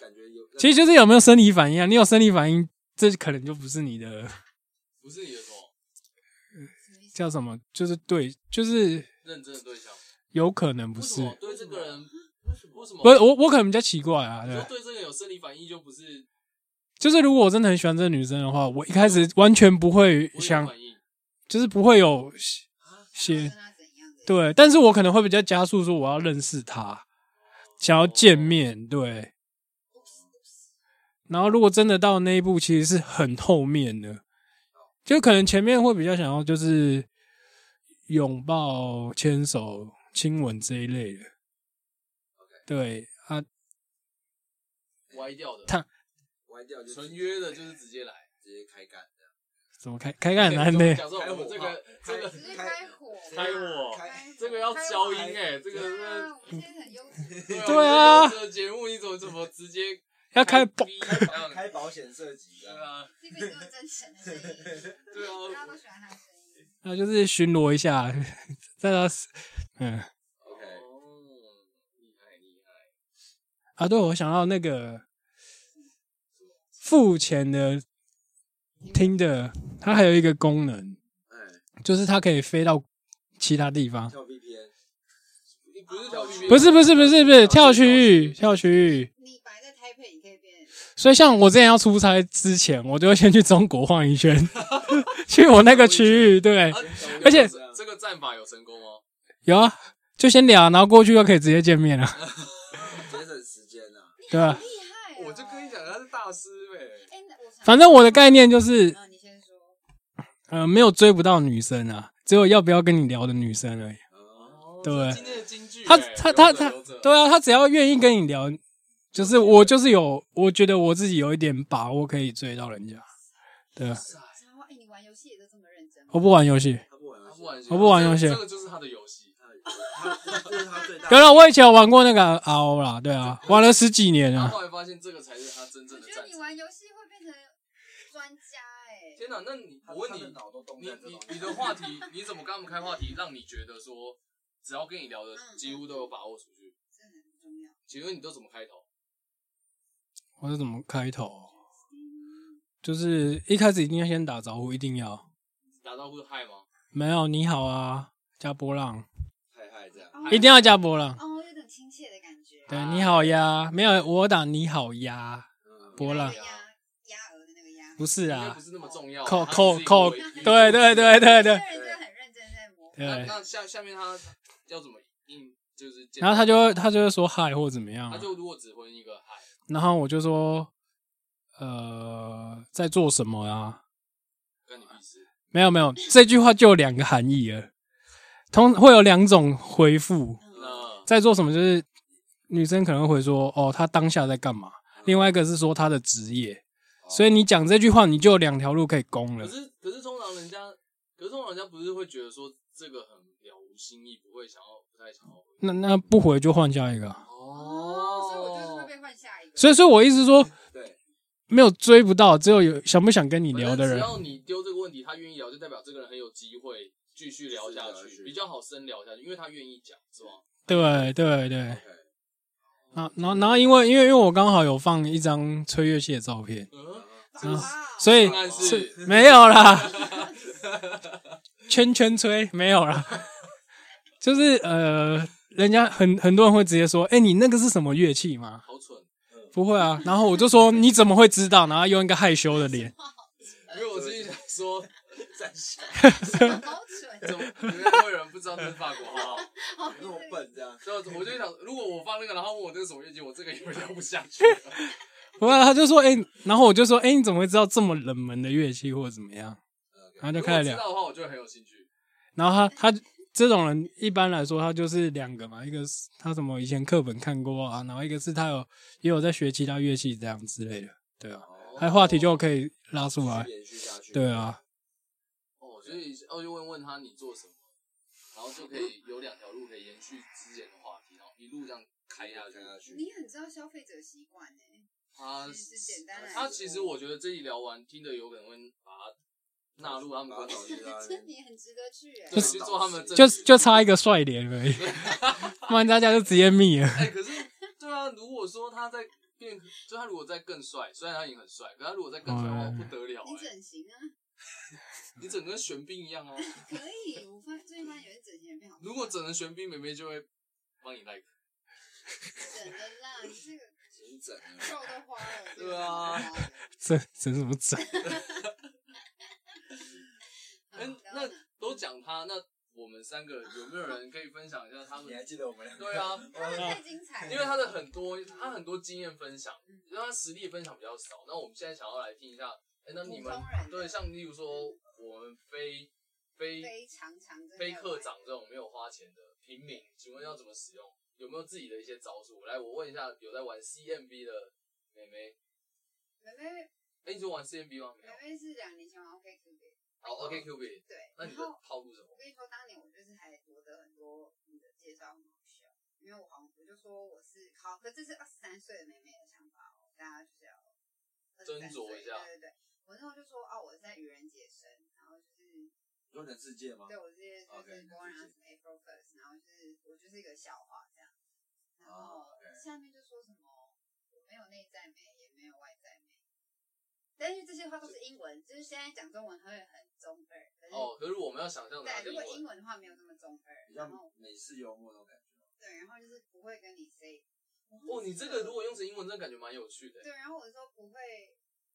感觉有，其实就是有没有生理反应啊？你有生理反应，这可能就不是你 的不是你的什么叫什么，就是对，就是认真的对象，有可能不为是什。么对这个人为什么为什么不是我，我可能比较奇怪啊，你对说，对这个人有生理反应就不是就是如果我真的很喜欢这个女生的话，我一开始完全不会不是有想，反应，就是不会有跟些他怎样的？对，但是我可能会比较加速说我要认识他，想要见面，对。然后如果真的到那一步，其实是很后面的，就可能前面会比较想要就是拥抱、牵手、亲吻这一类的，对啊，歪掉的，他歪掉就纯约的就是直接来。 直接开干这样。怎么开开干很难的，假设我们这个这开个直接开火，开火开火 这个要消音开火哎、这对个这啊，我们现在很优质，个对啊这个节目你怎么怎么直接要开爆逼这样开保险涉及对的，啊这个就是真诚的声音，对大家啊，都喜欢他的声音。那就是巡逻一下， 在他嗯 OK 哦，厉害厉害，啊，对我想到那个付钱的听的，它还有一个功能，哎，就是它可以飞到其他地方。跳 VPN，你不是跳啊 B 不是不是不是不是跳区域跳区域，你本来在台北，你可以变，所以像我之前要出差之前，我就会先去中国晃一圈， 去我那个区域，对，而且这个战法有成功哦吗？有啊，就先聊，然后过去就可以直接见面了，节省时间啊呐。对吧？厉害哦。我就跟你讲，他是大师呗、哎，那我想反正我的概念就是，嗯，你先说。呃，没有追不到女生啊，只有要不要跟你聊的女生而已。哦，对这是今天的金句、他哎他他留着他留着，对啊，他只要愿意跟你聊，就是我就是有，我觉得我自己有一点把握可以追到人家，对啊，然后，哎，你玩游戏也都这么认真吗？我不玩游戏，他不玩游他不玩游戏戏，我不玩游戏这个这个就是他的游戏，他他这是他最大的。有了，我以前有玩过那个 RO 啦，对啊，玩了十几年啊了。他后来发现这个才是他真我正的觉得战你场。玩游戏会变成专家哎、天哪，那你他我问他你的，脑都动你在这你种你的话题，你怎么跟他们开话题，让你觉得说只要跟你聊的几乎都有把握出去？这很重要。请问你都怎么开头？我是怎么开头？就是一开始一定要先打招呼，一定要打招呼嗨吗？没有你好啊，加波浪，嗨嗨这样，哦一定要加波浪。哦，有点亲切的感觉。对，你好呀，没有我打你好呀，嗯，波浪那个鸭鸭鹅的那个鸭，不是应该啊不，是那么重要啊。扣他只扣是一扣个一，个对对对对对有些人真的很认真在模仿。那对。那下下面他要怎么应？就是见然后他就会他就会说嗨或怎么样他啊，就如果只回一个嗨，然后我就说呃在做什么啊？跟你意思。没有没有，这句话就有两个含义了，通会有两种回复。嗯那在做什么，就是女生可能会回说哦，她当下在干嘛；嗯另外一个是说她的职业。所以你讲这句话，你就有两条路可以攻哦可了。是可是通常人家，可是通常人家不是会觉得说这个很了无新意，不会想要不太想要。那那不回就换下一个啊、哦，所以我就是会被换下一个。所以，所以我意思说，对，没有追不到，只有有想不想跟你聊反的正只人。要你丢这个问题，他愿意聊，就代表这个人很有机会继续聊下继续聊下去，去比较好深聊下去，因为他愿意讲，是吧？对对对。 OK， 然后然后然后因为因为因为我刚好有放一张吹乐器的照片，嗯，好吧所以当然是是没有啦， 圈圈吹没有啦， 就是呃，人家很很多人会直接说，哎、你那个是什么乐器吗？好蠢，不会啊，然后我就 说你怎么会知道？然后用一个害羞的脸，因为我自己想说，站起来，好蠢，怎么你们会有人不知道这是法国号？好 那么笨这样，所以我就想，如果我放那个，然后问我这是什么乐器，我这个也聊不下去。不会、啊，他就说，哎、然后我就说，哎、你怎么会知道这么冷门的乐器或者怎么样？ 然后就如开果始知聊，道的话，我就会很有兴趣。然后他他这种人一般来说，他就是两个嘛，一个是他什么以前课本看过啊，然后一个是他有也有在学其他乐器这样之类的，对啊，还话题就可以拉出来继续，延续下去，对啊。哦，所以哦，就问问他你做什么，然后就可以有两条路可以延续之前的话题，然后一路这样开下去看。下去，你很知道消费者习惯哎，他其实简单来他说，其实我觉得这一聊完，听的有可能会把它纳入他们把的它导进 来，这你很值得去哎对，。去做他们的正就就差一个帅脸而已， 不然大家就直接密了。哎、可是对啊，如果说他在变，就他如果再更帅，虽然他已经很帅，可他如果再更帅的话，嗯不得了你哎、整形啊，你整个跟玄彬一样哦。可以。我发最近发现有些整形人变好，如果整成玄彬，妹妹就会帮你 like。整的啦，你啊这个你整了，肉都花了。对啊这个肉整整什么整？都花了，哎、嗯然后那呢都讲他，那我们三个有没有人可以分享一下他们嗯你？还记得我们两个？对啊，他们太精彩了，因为他的很多，他很多经验分享，嗯因为他实力分享比较少。那我们现在想要来听一下，哎、那你们普通人对像例如说我们非非非常常真的非课长这种没有花钱的平民，请问要怎么使用？有没有自己的一些招数？来，我问一下有在玩 CMB 的妹妹，妹妹哎、你就玩 CMB 吗？没有妹。妹是两年前玩 OK Q 的，好，OK Q B，对，那你然的后套路是什么？我跟你说，当年我就是还夺得很多你的介绍很好笑，因为我好像我就说我是好，可这是二十三岁的妹妹的想法哦，大家就是要23斟酌一下岁对对对，我那时候就说哦，我是在愚人节生，然后就是多人世界吗？对我这些就是 OK， born on April first，然后就是我就是一个笑话这样，然哦后下面就说什么我没有内在美，也没有外在美，但是这些话都是英文，就是现在讲中文会很中二，可是哦，可是我们要想象的还对，是如英果英文文的话没有那么中二，比较然后美式幽默那种感觉。对，然后就是不会跟你 say。哦，你这个如果用成英文，真的感觉蛮有趣的。 欸对，然后我说不会，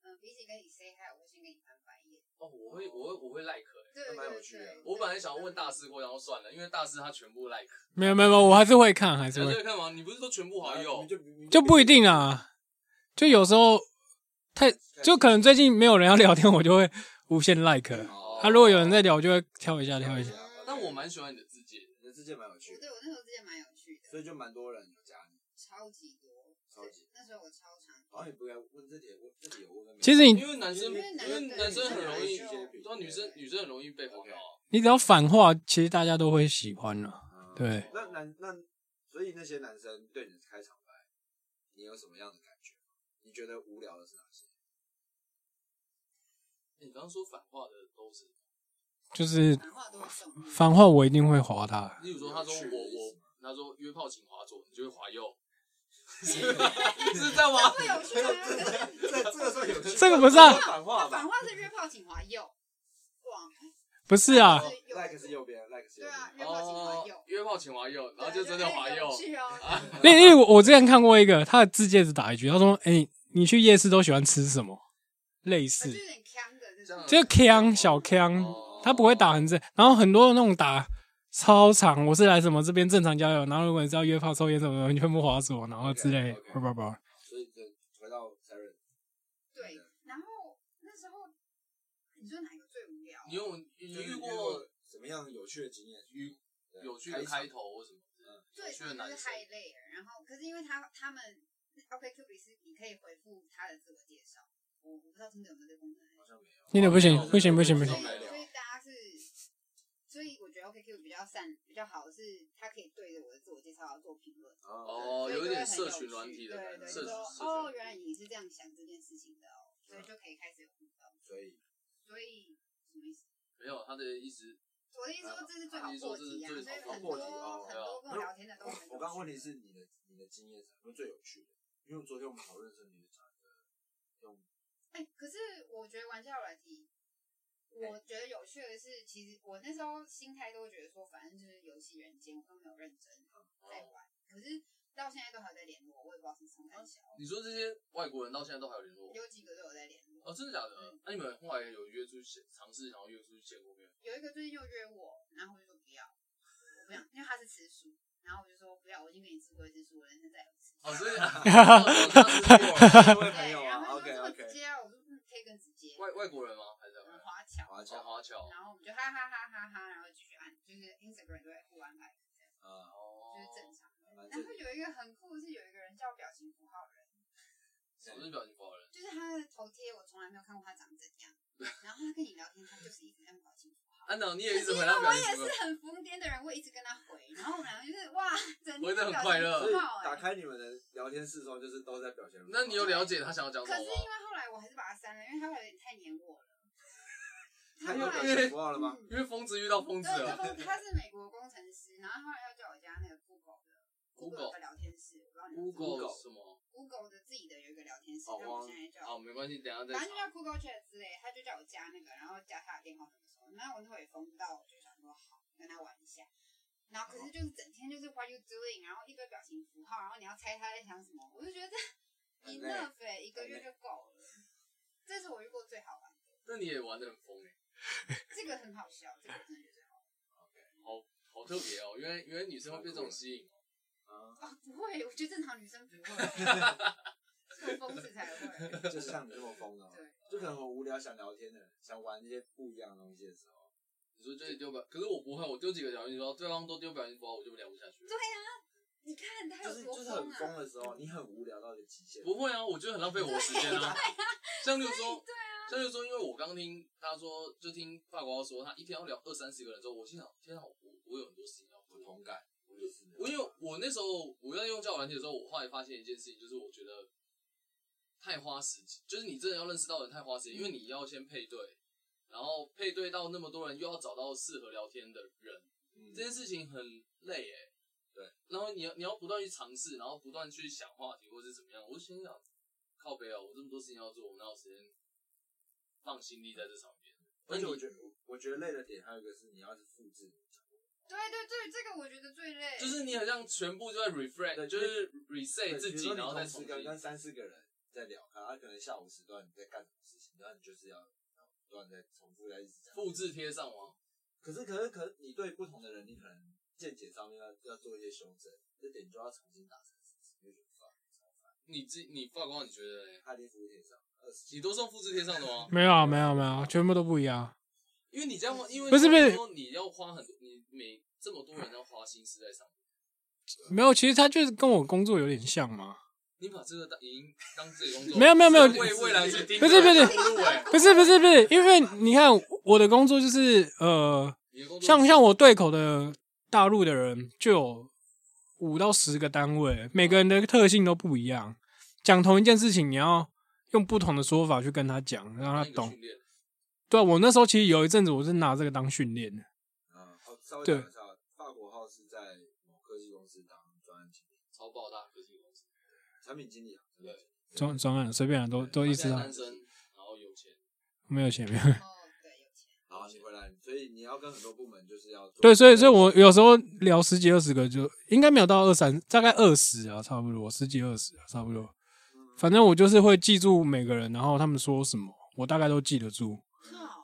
嗯、比起跟你 say hi，我会先跟你翻白眼。哦，我会，我会，我会 like 欸对还对蛮有对趣的对，我本来想要问大师过，然后算了，因为大师他全部 like。没有没有，没有，我还是会看，还是你会在干嘛？你不是说全部好我友们？就就不一定啊。就有时候太就可能最近没有人要聊天，我就会无限 like。哦啊，如果有人在聊，我就啊会挑一下挑一下。但我蛮喜欢你的字节，人世界蛮有趣我的，对我那时候之前蛮有趣的，所以就蛮多人有加你。超级多，超级那时候我超常好哎像也不该问这点，问这点我问。其实你因为男生，因为男因为男生很容易，对对啊女生女生很容易被黄到啊。你只要反话，其实大家都会喜欢了、啊对，那男那所以那些男生对你的开场白，你有什么样的感觉？你觉得无聊的是哪些？哎你刚刚说反话的都是，就是反话都是这 种。反话我一定会划他，例如说他说有趣的我意思我，他说约炮请划左，你就会 划右，是这样吗？会有趣啊！这这个算 有趣，这个不是啊反话那吧反话是约炮请滑右，哇，不是啊，是右？like 是右边，like 是右对啊，边，约炮请滑右，哦约炮请划右，然后就真的划对右有，趣哦。 因为因为我我之前看过一个，他的字界只打一句，他说：“哎、你去夜市都喜欢吃什么？”类啊就似有点呛的这这种样。就是腔小腔，哦他不会打很正。然后很多那种打超长，我是来什么这边正常交友，然后如果你知道约炮、抽烟什么的，你全部划走，然后之类， OK，OK 不不不，所以就回到 Saren，对，然后那时候你说哪个最无聊？你有你就遇是遇过过什么样有趣的经验？遇对有趣的场开头或什么的？最有趣的常就男是生太累了，然后可是因为他他们 OK Q B 是你可以回复他的自我介绍，我我不知道听有没有这功能，好像没有，你的不行哦不行不行不这行所以种，没聊所以大家是，所以我觉得 OK Q 比较善比较好的是，他可以对着我的自我介绍做评论。哦，所以有就一会点很社有群趣软体的对感觉，对，社就群说社哦，群软体嗯原来你是这样想这件事情的哦，所以就可以开始有互动。所以所以什么意思？没有他的意思，我的意思说这是最好破题啊，所呃啊你以说这是最很好破多题啊哦很多跟我聊天的都很有趣。我刚刚问题是你的你的经验什么最有趣的？因为昨天我们讨论的时候，你就讲一个用哎、可是我觉得玩交友软体，我觉得有趣的是，其实我那时候心态都会觉得说，反正就是游戏人间，我都没有认真哦哦在玩。可是到现在都还有在联络，我也不知道是从哪小，哦你说这些外国人到现在都还有联络？有几个都有在联络。哦，真的假的嗯？那你们后来有约出去尝试，然后约出去见过 面？有一个最近又约我，然后我就说不要，我不想，因为他是吃素，然后我就说不要，我已经跟你吃过一次素，我人生再也不吃。 哦，所以哦各位朋友对，然啊后他，OK 说这么 OK，直接啊，我说嗯，可以更直接，外外国人吗？还是台湾嗯，人华侨，华哦侨华侨？然后我们就哈哈哈哈哈，然后继续按，就是 Instagram 都会互安排，啊，哦就是正常。反然正后有一个很酷的是，有一个人叫表情符号人，什么是表情包人？就是他的头贴我从来没有看过他长怎 样，然后他跟你聊天，他就是一直按表情符号。安娜，你可也一是直因回为答表我也情包是很疯癫的人，我也一直跟他回，然后我们两个就是哇，整回天得很表快乐情所以符号打哎、开你们的聊天室中，就是都在表现。那你有了解他想要讲什可是么因吗？为后来我还是把他删了，因为他有点太黏我了。他他有后表来情符号了吗？因为疯子遇到疯子对，了，他他是美国工程师，然后后来要叫我加那个 Google 的 Google 的聊天室，我不知道你们知不知道 Google 什么？ Google 啊的自己的有一个聊天室，哦但我现在叫哦，没关系，等一下再反正就查。叫 Google Chat 之类，他就叫我加那个，然后加他的电话什么什么。那我那会也疯到，我就想说好跟他玩一下。然后可是就是整天就是 What you doing，然后一堆表情符号，然后你要猜他在想什么，我就觉得这很 enough 哎、一个很月累就够了。这是我遇过最好玩的，那你也玩的很疯哎，这个很好笑，这个我真的觉得好好好特别哦，原来原来女生会被这种吸引。哦啊，啊，不会，我觉得正常女生不会，只有疯子才会。就像你这么疯的哦，对，就可能我无聊想聊天的，想玩一些不一样的东西的时候，你说就是丢表，可是我不会，我丢几个表情包，对方都丢表情包，我就聊不下去。你看他就有是多就是很啊！疯的时候，你很无聊到一个极限。不会啊，我觉得很浪费我的时间啊。 像就说，像就说，因为我刚听他说，就听法国说他一天要聊二三十个人之后，我心想，天啊，我我有很多事情要做。有同感，我也是。我因为我那时候我在用交友软体的时候，我后来发现一件事情，就是我觉得太花时间，就是你真的要认识到人太花时间，因为你要先配对，然后配对到那么多人，又要找到适合聊天的人，嗯这件事情很累哎、对，然后你要你要不断去尝试，然后不断去想话题或是怎么样，我就心想，靠北哦，我这么多事情要做，我哪有时间放心力在这上面？而且那你我觉得我觉得累的点还有一个是你要是复制，对对对，这个我觉得最累。就是你好像全部就在 refresh，对就就是对 reset 自比如己，说然后再重你同啊时新跟跟三四个人在聊，然后他可能下午时段你在干什么事情，然后你就是要不断在重复在一直讲。复制贴上吗？可是可是可是你对不同的人，你可能见解上面要要做一些修正，这点就要重新打成自己，有点烦，超烦。你自你发光，你觉得嘞？他已经服务线上二十你都是用复制贴上的 吗？没有啊没有没有，全部都不一样。因为你这样花，因为不是不是说你要花很多，你每这么多人要花心思在上面，没有，其实他就是跟我工作有点像嘛。你把这个当已经当自己的工作，没有没有没有为未来去盯不是不是着投入哎，不是不是不是，因为你看我的工作就是呃，你的工作像像我对口的大陆的人就有五到十个单位，每个人的特性都不一样。讲同一件事情，你要用不同的说法去跟他讲，让他那个懂训。练对啊、我那时候其实有一阵子我是拿这个当训练的，嗯，好，稍微对讲一下，法国号是在某科技公司当专案经理、超爆大科技公司，产品经理啊，对对专专案随便啊都都一直他现在啊单，身，然后有钱，没有钱没有 钱。哦，对，有钱。好，你回来，所以你要跟很多部门就是要做对，所以所以我有时候聊十几二十个就，应该没有到二三，大概二十啊，差不多十几二十啊，差不多。反正我就是会记住每个人，然后他们说什么，我大概都记得住，哦，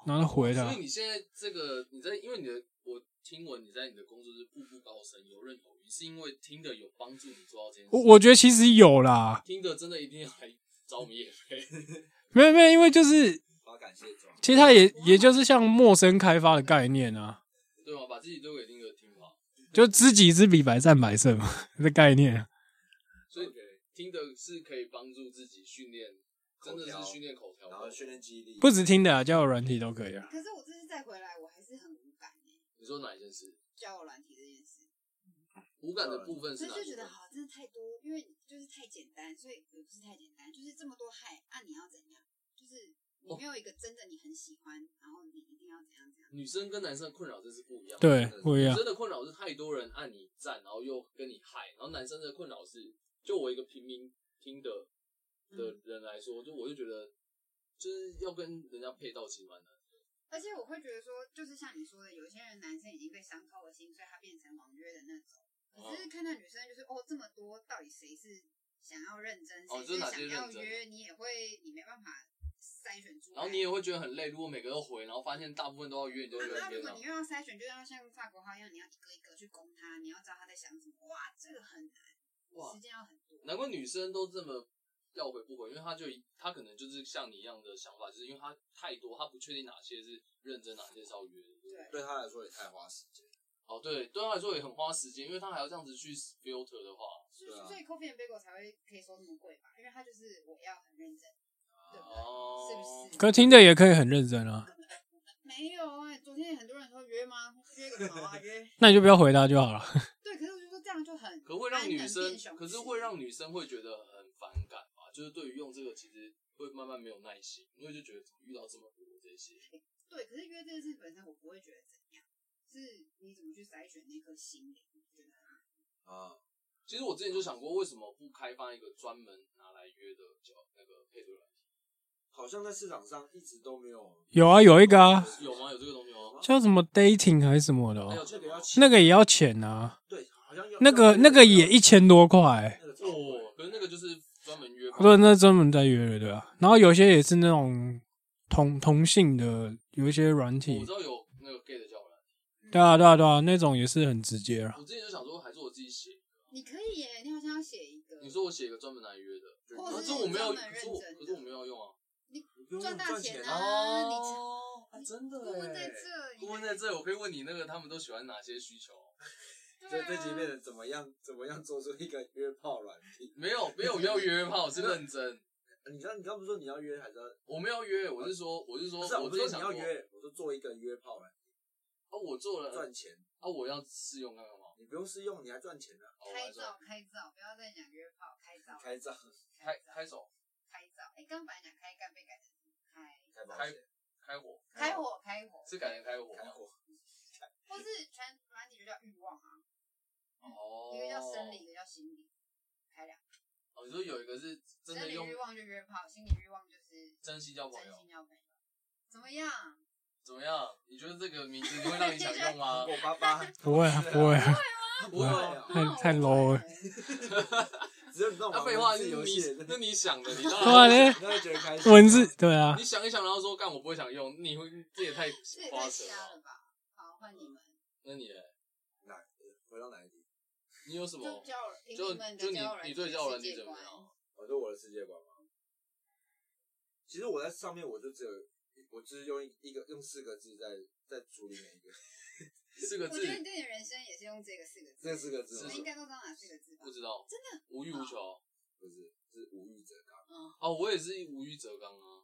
然后回他所以。你现在这个你在因为你的我听闻你在你的工作是步步高升，游刃有余，是因为听的有帮助你做到这件事。我我觉得其实有啦，听的真的一定要来找我们叶飞，没有没有，因为就是好感谢状，其实它也也就是像陌生开发的概念啊， 对吗？把自己丢给听的听不好，就知己知彼，百战百胜嘛的概念。啊所以听的是可以帮助自己训练，真的口条是训练口条，然后训练记忆力，不止听的啊，交友软体都可以啊。可是我这次再回来，我还是很无感耶，你说哪一件事？交友软体这件事，无感嗯的啊部分是所以就觉哪一部得分？好，真的太多，因为就是太简单，所以也不是太简单，就是这么多害，那、你要怎样？就是你哦没有一个真的你很喜欢，然后你一定要怎样怎样。女生跟男生的困扰真是不一样。对，不一女样。生的困扰是太多人按你赞，然后又跟你嗨，然后男生的困扰是，就我一个平民听的嗯的人来说，就我就觉得就是要跟人家配到其实蛮难的。而且我会觉得说，就是像你说的，有些人男生已经被伤透了心，所以他变成网约的那种。可是看到女生就是哦这么多，到底谁是想要认真，哦谁就是是哪些想要认真约，你也会你没办法筛选出来。然后你也会觉得很累，如果每个都回，然后发现大部分都要约，你就那觉得那如天果哪你，又要筛选，就要像法国花一样，你要一个一个去攻他，你要知道他在想什么。哇，这个很难，哇时间要很多。难怪女生都这么要回不回，因为她就她可能就是像你一样的想法，就是因为她太多，她不确定哪些是认真，哪些是要约的。对，对他来说也太花时间。哦，对，对她来说也很花时间，因为她还要这样子去 filter 的话，所以对啊所以 Coffee and Bagel 才会可以收那么贵吧？因为他就是我要很认真，对不对？哦，是不是可听的也可以很认真啊，没有哎、昨天很多人说约吗？约个毛啊约。那你就不要回答就好了。对，可是我就说这样就很可会让女安能变雄生，雌可是会让女生会觉得很反感吧？就是对于用这个，其实会慢慢没有耐心，因为就觉得遇到这么多这些，对，可是约这件事本身我不会觉得怎样，是你怎么去筛选那颗心灵，我觉得啊啊、其实我之前就想过，为什么不开发一个专门拿来约的叫那个配对软好像在市场上一直都没有有啊，有一个啊，件？有吗？有这个东西吗？叫什么 dating 还是什么的、还有哦，这这个个要要那个也要钱啊，对，好像要那个那个也一千多块、那个超贵哦，可是那个就是专门约炮，我说那专门在约的，对吧、然后有些也是那种同同性的，有一些软我体知，道有那个 gay 的叫软，对啊对啊对啊，那种也是很直接啊。我之前就想说，还是我自己写。你可以耶，你好像要写一个，你说我写一个专门拿来约的，或者可是是我没有，专门可是我认真的可是我没有用啊。你不用赚大赚钱啊！啊，你哦，啊真的顾问在耶这里，顾问在这，我可以问你那个他们都喜欢哪些需求？这这集变对啊，成怎么样？怎么样做出一个约炮软体？没有，没有要约炮，是认真。你刚你刚不是说你要约还是要？我没有约，我是说，我是说，不是啊，我我不之是前说想你过要，约，我说做一个约炮软体哦，我做了赚，钱，啊，我要试用看看嘛。你不用试用，你还赚钱呢、啊哦我开来说照开照，不要再讲约炮，开照开啊张开照开手，开照，哎，刚本来讲开干被改成开开保开险开火，开火开火，是感觉开火吗开火，或是全软体就叫欲望啊，哦，一个叫生理，一个叫心理，开两个，哦，你说有一个是真生的理用欲望就约炮，心理欲望就是真哦心交朋真友心，交朋友，怎么样？怎么样？你觉得这个名字会让你想用 吗？ 我爸爸不会啊，不会 啊，不会啊，啊，太哦太 low 了。 只有你让我那玩废话，文字是游戏你，那 你想的，你当对啊，然。那那会觉得开心。文字对啊你，想一想，然后说干，我不会想用，你会这也太这也花太扯瞎了了吧。吧？好，换你们，那你嘞，哪回到哪一题？你有什就么？交友，嗯哦就你们就的你交友你软体对交友的软世体界怎么观，样？我说我的世界观吗？其实我在上面我就只有，我只是用一一个用四个字在在处理每一个，四个我字觉得你对你的人生也是用这个四个字，这四个字我是们应该都知道哪四个字吧不？知道，真的无欲无求不是是无欲则刚，哦，我也是无欲则刚啊。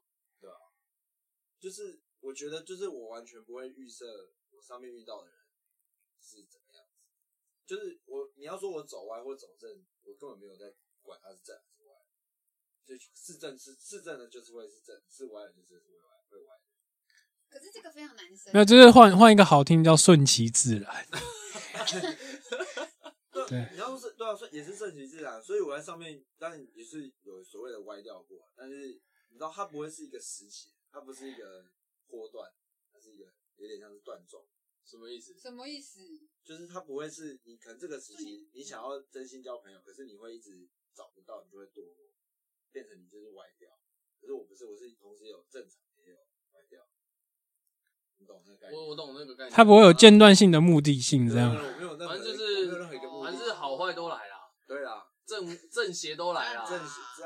就是我觉得就是我完全不会预设我上面遇到的人是怎么样子，就是我你要说我走歪或走正，我根本没有在管它是正还是歪，就是正是是正的，就是会是正；是歪的，就是会歪会歪。可是这个非常难生没。有，就是换换一个好听叫顺其自然。对你要是对啊，所以也是顺其自然，所以我在上面当然也是有所谓的歪掉过，但是你知道它不会是一个时期，它不是一个波段，它是一个有点像是断种，什么意思？什么意思？就是它不会是你可能这个时期你想要真心交朋友，可是你会一直找不到，你就会堕落，变成你就是歪掉。可是我不是，我是同时有正常也有歪掉，你懂那个概念吗？我我懂那个概念，它不会有间断性的目的性这样对。我没有任何反一正就个，是我没有任何一个目的，反正哦就是好坏都来啦，对啦，正正邪都来啊啦，正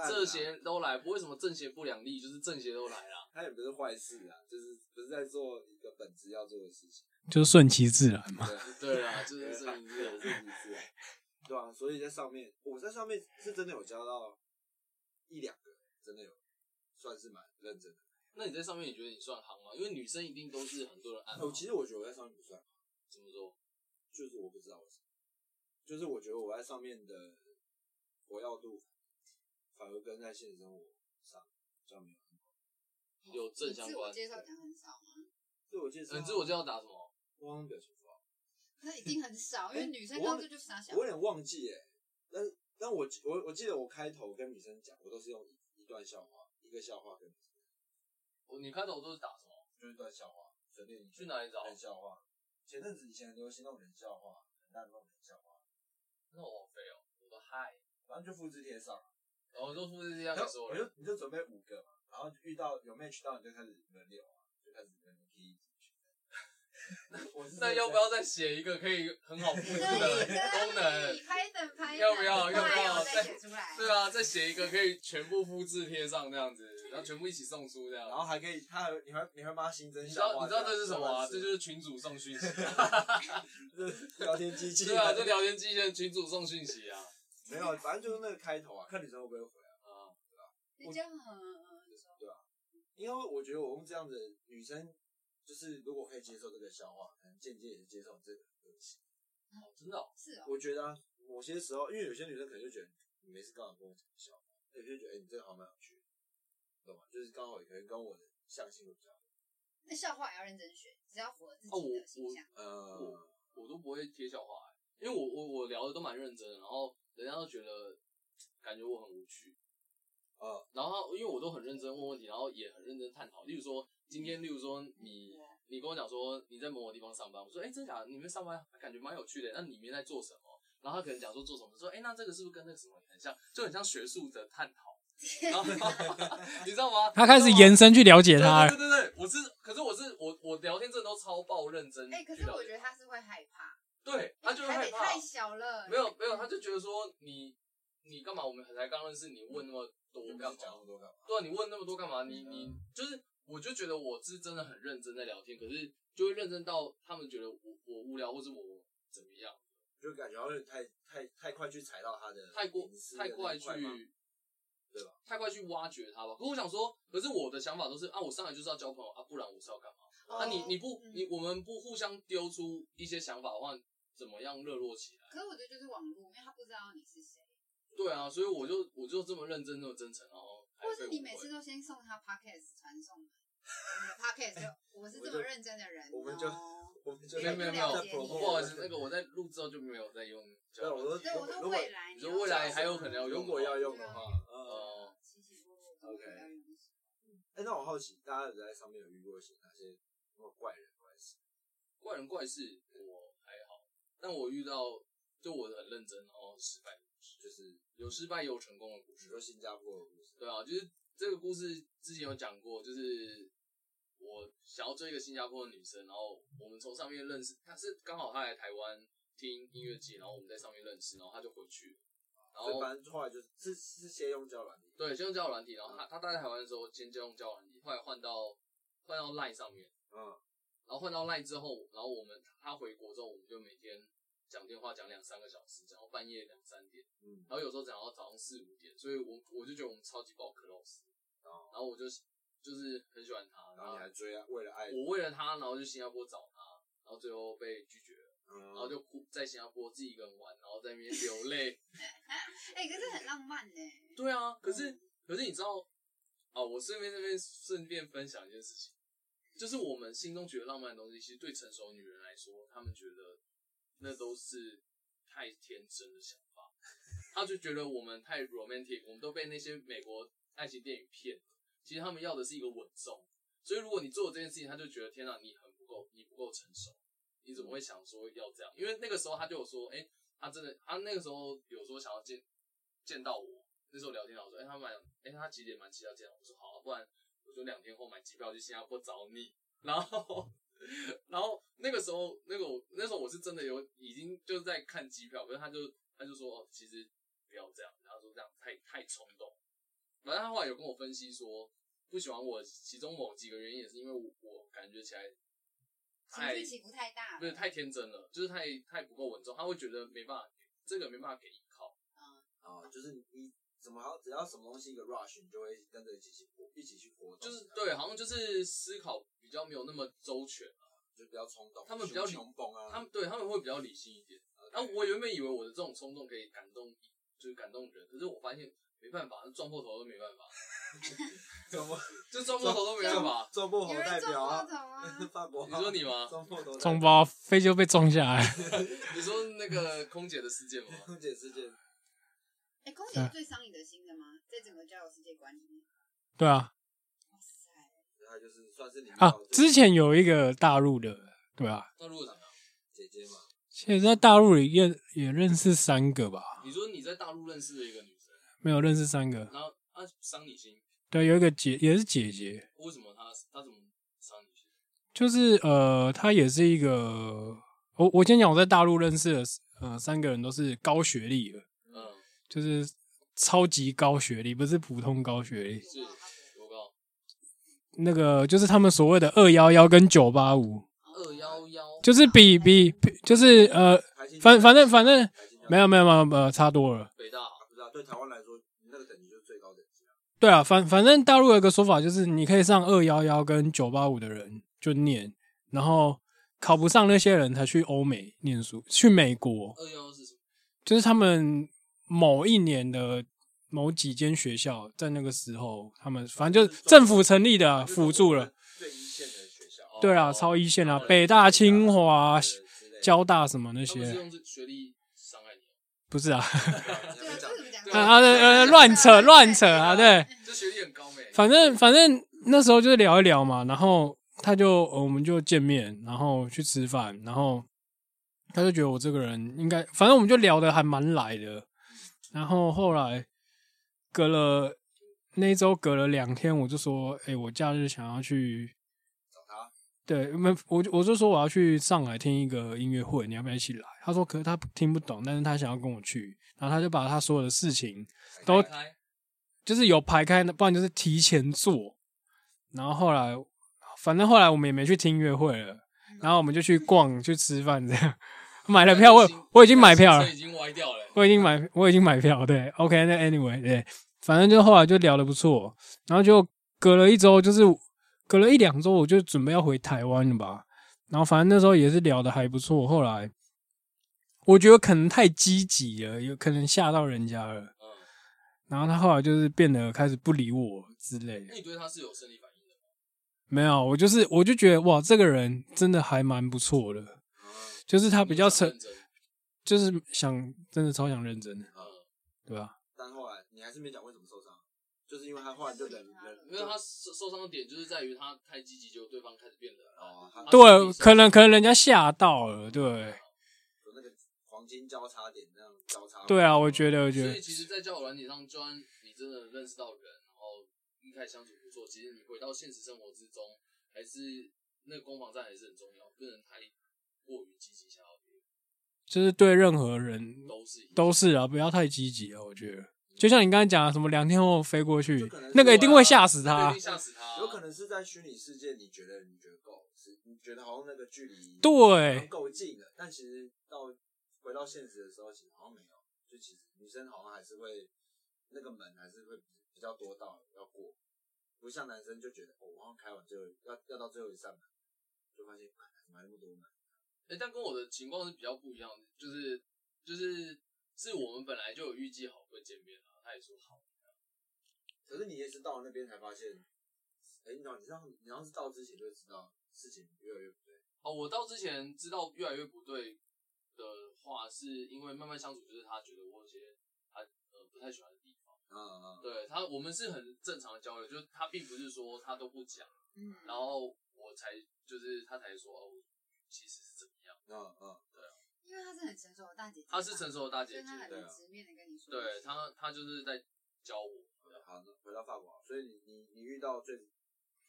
正些。邪都来，不为什么正邪不两立，就是正邪都来啦。他也不是坏事啊，就是不是在做一个本职要做的事情，就是顺其自然嘛。对啦，就是对正是有邪这意思啊，对啊，所以在上面，我在上面是真的有交到一两个，真的有，算是蛮认真的。那你在上面，你觉得你算行吗？因为女生一定都是很多人按嘛。哦我其实我觉得我在上面不算，怎么说？就是我不知道我是，就是我觉得我在上面的活跃度反而跟在现实生活上比较没有。有正相哦自我关。介绍讲很少吗？自我介绍，嗯，自我介绍打什么？我忘了表情符号。那一定很少，因为女生我刚这就是傻小我。有点忘记哎、但是但我记我我记得我开头跟女生讲，我都是用一一段笑话，一个笑话跟女生讲，我你开头都是打什么？就是一段笑话，随便你去哪里找？冷笑话。前阵子以前很流行那种冷笑话，很烂那种冷笑话，那我好肥哦，我说嗨，反正就复制贴上，然后就复制这样然后子说你了。就你就准备五个嘛，然后遇到有 match 到你就开始轮流啊，就开始轮流踢进去。 我是那要不要再写一个可以很好复制可以的功可能以，？拍等拍等，要不要后来要不要我再写出来？对啊，再写一个可以全部复制贴上这样子，然后全部一起送出这样然。后还可以，他还你还你还帮他新增你知笑道话，你知道这是什么吗？这就是是群主送讯息。啊 聊天机器。 对啊，这聊天机器人群主送讯息啊。没有，反正就是那个开 头啊，看女生会不会回。啊，你这样很呃你说因为我觉得我用这样的女生，就是如果可以接受这个笑话，可能间接也接受这个东西。哦真的哦，是哦，我觉得啊，某些时候，因为有些女生可能就觉得你没事干嘛跟我讲笑话，有些就觉得哎、你这个好像蛮有趣的，懂吗？就是刚好也可能跟我的相性会比较好那笑话也要认真学，只要符合自哦己我的形象。呃，我都不会贴笑话、欸，因为我我我聊的都蛮认真的，然后人家都觉得感觉我很无趣，呃，然后因为我都很认真问问题，然后也很认真探讨。例如说今天，例如说你嗯你跟我讲说你在某某地方上班，我说哎、诶真假的？你们上班感觉蛮有趣的，那里面在做什么？然后他可能讲说做什么，说哎、诶那这个是不是跟那个什么很像？就很像学术的探 讨，然后你知道吗？他开始你知道吗延伸去了解他了，对对对对，我是，可是我是我我聊天真的都超爆认真去聊哎，天。可是我觉得他是会害怕，哎对，他就会台害北怕太。小了，没有没有，他就觉得说你你干嘛？我们才刚认识，你问那么多我干刚嘛？讲那么嗯多干嘛？对啊，你问那么多干嘛？你你就是，我就觉得我是真的很认真在聊天，可是就会认真到他们觉得我我无聊，或者我怎么样，就感觉好像太太太快去踩到他的太过嗯隐私的那太一快去块吗对吧？太快去挖掘他吧。可我想说，可是我的想法都是啊，我上来就是要交朋友啊，不然我是要干嘛？哦啊，你你不嗯你我们不互相丢出一些想法的话，怎么样热络起来？可是我觉得就是网络，因为他不知道你是谁，对啊，所以我就我就这么认真，这么真诚，然后还或是被你误每会次都先送他 podcast 传送门，我们的 podcast 就我是这么认真的人，我们就哦我们就没有没有没有在不 promote 好意思，那个我在录之后就没有再用交对，啊友我软说体。对，我如说果未来，你如果未来还有可能要如用果要用的的话话，呃。哦，起起落落总会要用的时候哎、那我好奇，大家有在上面有遇过一些哪些什么怪人怪事？怪人怪事我还好，但我遇到就我很认真，然后失败，就是有失败也有成功的故比事如。说新加坡的故事，对啊，就是这个故事之前有讲过，就是我想要追一个新加坡的女生，然后我们从上面认识，她是刚好她来台湾听音乐季，然后我们在上面认识，然后她就回去了，然所以后反正后来就是是是先用胶软体，对，先用交友软体，然后他他待在台湾的时候，先用交友软体，后来换到换到 Line 上面，嗯，然后换到 Line 之后，然后我们他回国之后，我们就每天讲电话讲两三个小时，讲到半夜两三点，嗯然后有时候讲到早上四五点，所以我我就觉得我们超级爆 close，哦然后我就就是很喜欢他，然后你还追啊，为了爱，我为了他，然后去新加坡找他，然后最后被拒绝了，然然后就哭在新加坡自己一个人玩，然后在那边流泪。哎、可是很浪漫呢、对啊，可是可是你知道啊，我顺便这边顺便分享一件事情，就是我们心中觉得浪漫的东西，其实对成熟女人来说，她们觉得那都是太天真的想法，她就觉得我们太 romantic，我们都被那些美国爱情电影骗了。其实他们要的是一个稳重，所以如果你做了这件事情，他就觉得天哪，你很不够，你不够成熟，你怎么会想说要这样？因为那个时候他就有说，哎、他真的，他那个时候有说想要见见到我，那时候聊天，我说，哎、他蛮，哎、他其实也蛮期待见到我，我说好、啊，不然我就两天后买机票去新加坡找你，然后。 然后那个时候，那个我那时候我是真的有已经就是在看机票，可是他就他就说哦，其实不要这样，然后说这样太太冲动。反正他后来有跟我分析说，不喜欢我其中某几个原因也是因为我我感觉起来情太绪起伏太大了，不是太天真了，就是太太不够稳重，他会觉得没办法，这个没办法给依靠。嗯啊，就是你怎么好，只要什么东西一个 rush，你就会跟着一起去活，一起去活动，就是对，好像就是思考比较没有那么周全啊。就比较冲动，他们比较理穷崩啊，他们对他们会比较理性一点。啊，我原本以为我的这种冲动可以感动，就是感动人，可是我发现没办法，撞破头都没办法，怎么就撞破头都没办法。撞破头有人代撞表破啊头？ 啊， 范博，你说你吗？撞破头代表， 撞包飞就被撞下来，你说那个空姐的事件吗？空姐事件，哎、空姐是最伤你的心的吗？在整个交友世界观里面， 对啊，哇塞，她就是算是你们啊老，之前有一个大陆的，对吧、那如果怎么样？姐姐嘛，现在大陆里也也认识三个吧，你说你在大陆认识了一个女生，没有认识三个，然后她伤你心，对，有一个姐也是姐姐，为什么她她怎么伤你心？就是呃，她也是一个，我我先讲我在大陆认识的呃三个人都是高学历的，嗯，就是超级高学历，不是普通高学历，是多高？那个就是他们所谓的二幺幺跟九八五，二哦幺幺，就是比比比就是呃，开心反反正反正开心就好没有没有没有呃，差多了。北大啊不知道对台湾来说，你那个等级就是最高等级啊。对啊，反反正大陆有一个说法，就是你可以上二幺幺跟九八五的人就念，然后考不上那些人才去欧美念书，去美国，二幺是什么？就是他们某一年的某几间学校，在那个时候，他们反正就是政府成立的啊、辅助了，最一线的学校，对啊，哦超一线啊，哦北大、清华、之类的交大什么那他们是些，用这学历伤害你，不是 啊，对啊，这个不讲对啊啊呃呃乱扯乱扯啊，对。这学历很高没？反正反正那时候就是聊一聊嘛，然后他就、呃我们就见面，然后去吃饭，然后他就觉得我这个人应该，反正我们就聊得还蛮来的。然后后来隔了那一周，隔了两天，我就说，哎、我假日想要去找他，对，没，我就我就说我要去上海听一个音乐会，你要不要一起来？他说，可是他听不懂，但是他想要跟我去，然后他就把他所有的事情都开就是有排开，不然就是提前做。然后后来，反正后来我们也没去听音乐会了，然后我们就去逛、去吃饭，这样买了票。我我已经买票了已，经歪掉了。我已经买，我已经买票。对，OK，那 anyway，对，反正就后来就聊得不错，然后就隔了一周，就是隔了一两周，我就准备要回台湾了吧。然后反正那时候也是聊得还不错，后来我觉得可能太积极了，有可能吓到人家了。嗯，然后他后来就是变得开始不理我之类那的。你对他是有生理反应的吗？没有，我就是我就觉得哇，这个人真的还蛮不错的，就是他比较成成，，就是想真的超想认真的，嗯，对吧？但后来你还是没讲为什么受伤，就是因为他后来就忍忍，因为他受受伤的点就是在于他太积极，就对方开始变冷了。哦，他对，可能可能人家吓到了，对啊有那个黄金交叉点那样交叉，对啊，我觉得我觉所以得其实，在交友软体上，就算你真的认识到人，然后一开始相处不错，其实你回到现实生活之中，还是那个攻防战还是很重要，不能太过于积极，想要别人就是对任何人都是一样都是啊，不要太积极啊，我觉得。就像你刚才讲的，什么两天后飞过就去可能，那个一定会吓死对一他定。吓死他啊，有可能是在虚拟世界，你觉得你觉得够，是你觉得好像那个距离好像对够近了，但其实到回到现实的时候，其实好像没有，就其实女生好像还是会那个门还是会比较多道要过，不像男生就觉得哦，我好像开完最后要要到最后一扇门，就发现哎怎么还那么多门，哎、但跟我的情况是比较不一样的，就是就是是我们本来就有预计好会见面，然啊后他也说好，可是你也是到了那边才发现，哎、你知道，你知道，你要是到之前就知道事情越来越不对，哦，我到之前知道越来越不对的话，是因为慢慢相处，就是他觉得我有些他呃不太喜欢的地方。啊啊，对他，我们是很正常的交流，就是他并不是说他都不讲，嗯，然后我才就是他才说哦，其实是怎么样。啊啊，因为她是很成熟的大姐姐嘛，她是成熟的大姐所以姐，她很对啊直面的跟你说，对，她她就是在教我。好，那回到法国，啊所以你你你遇到最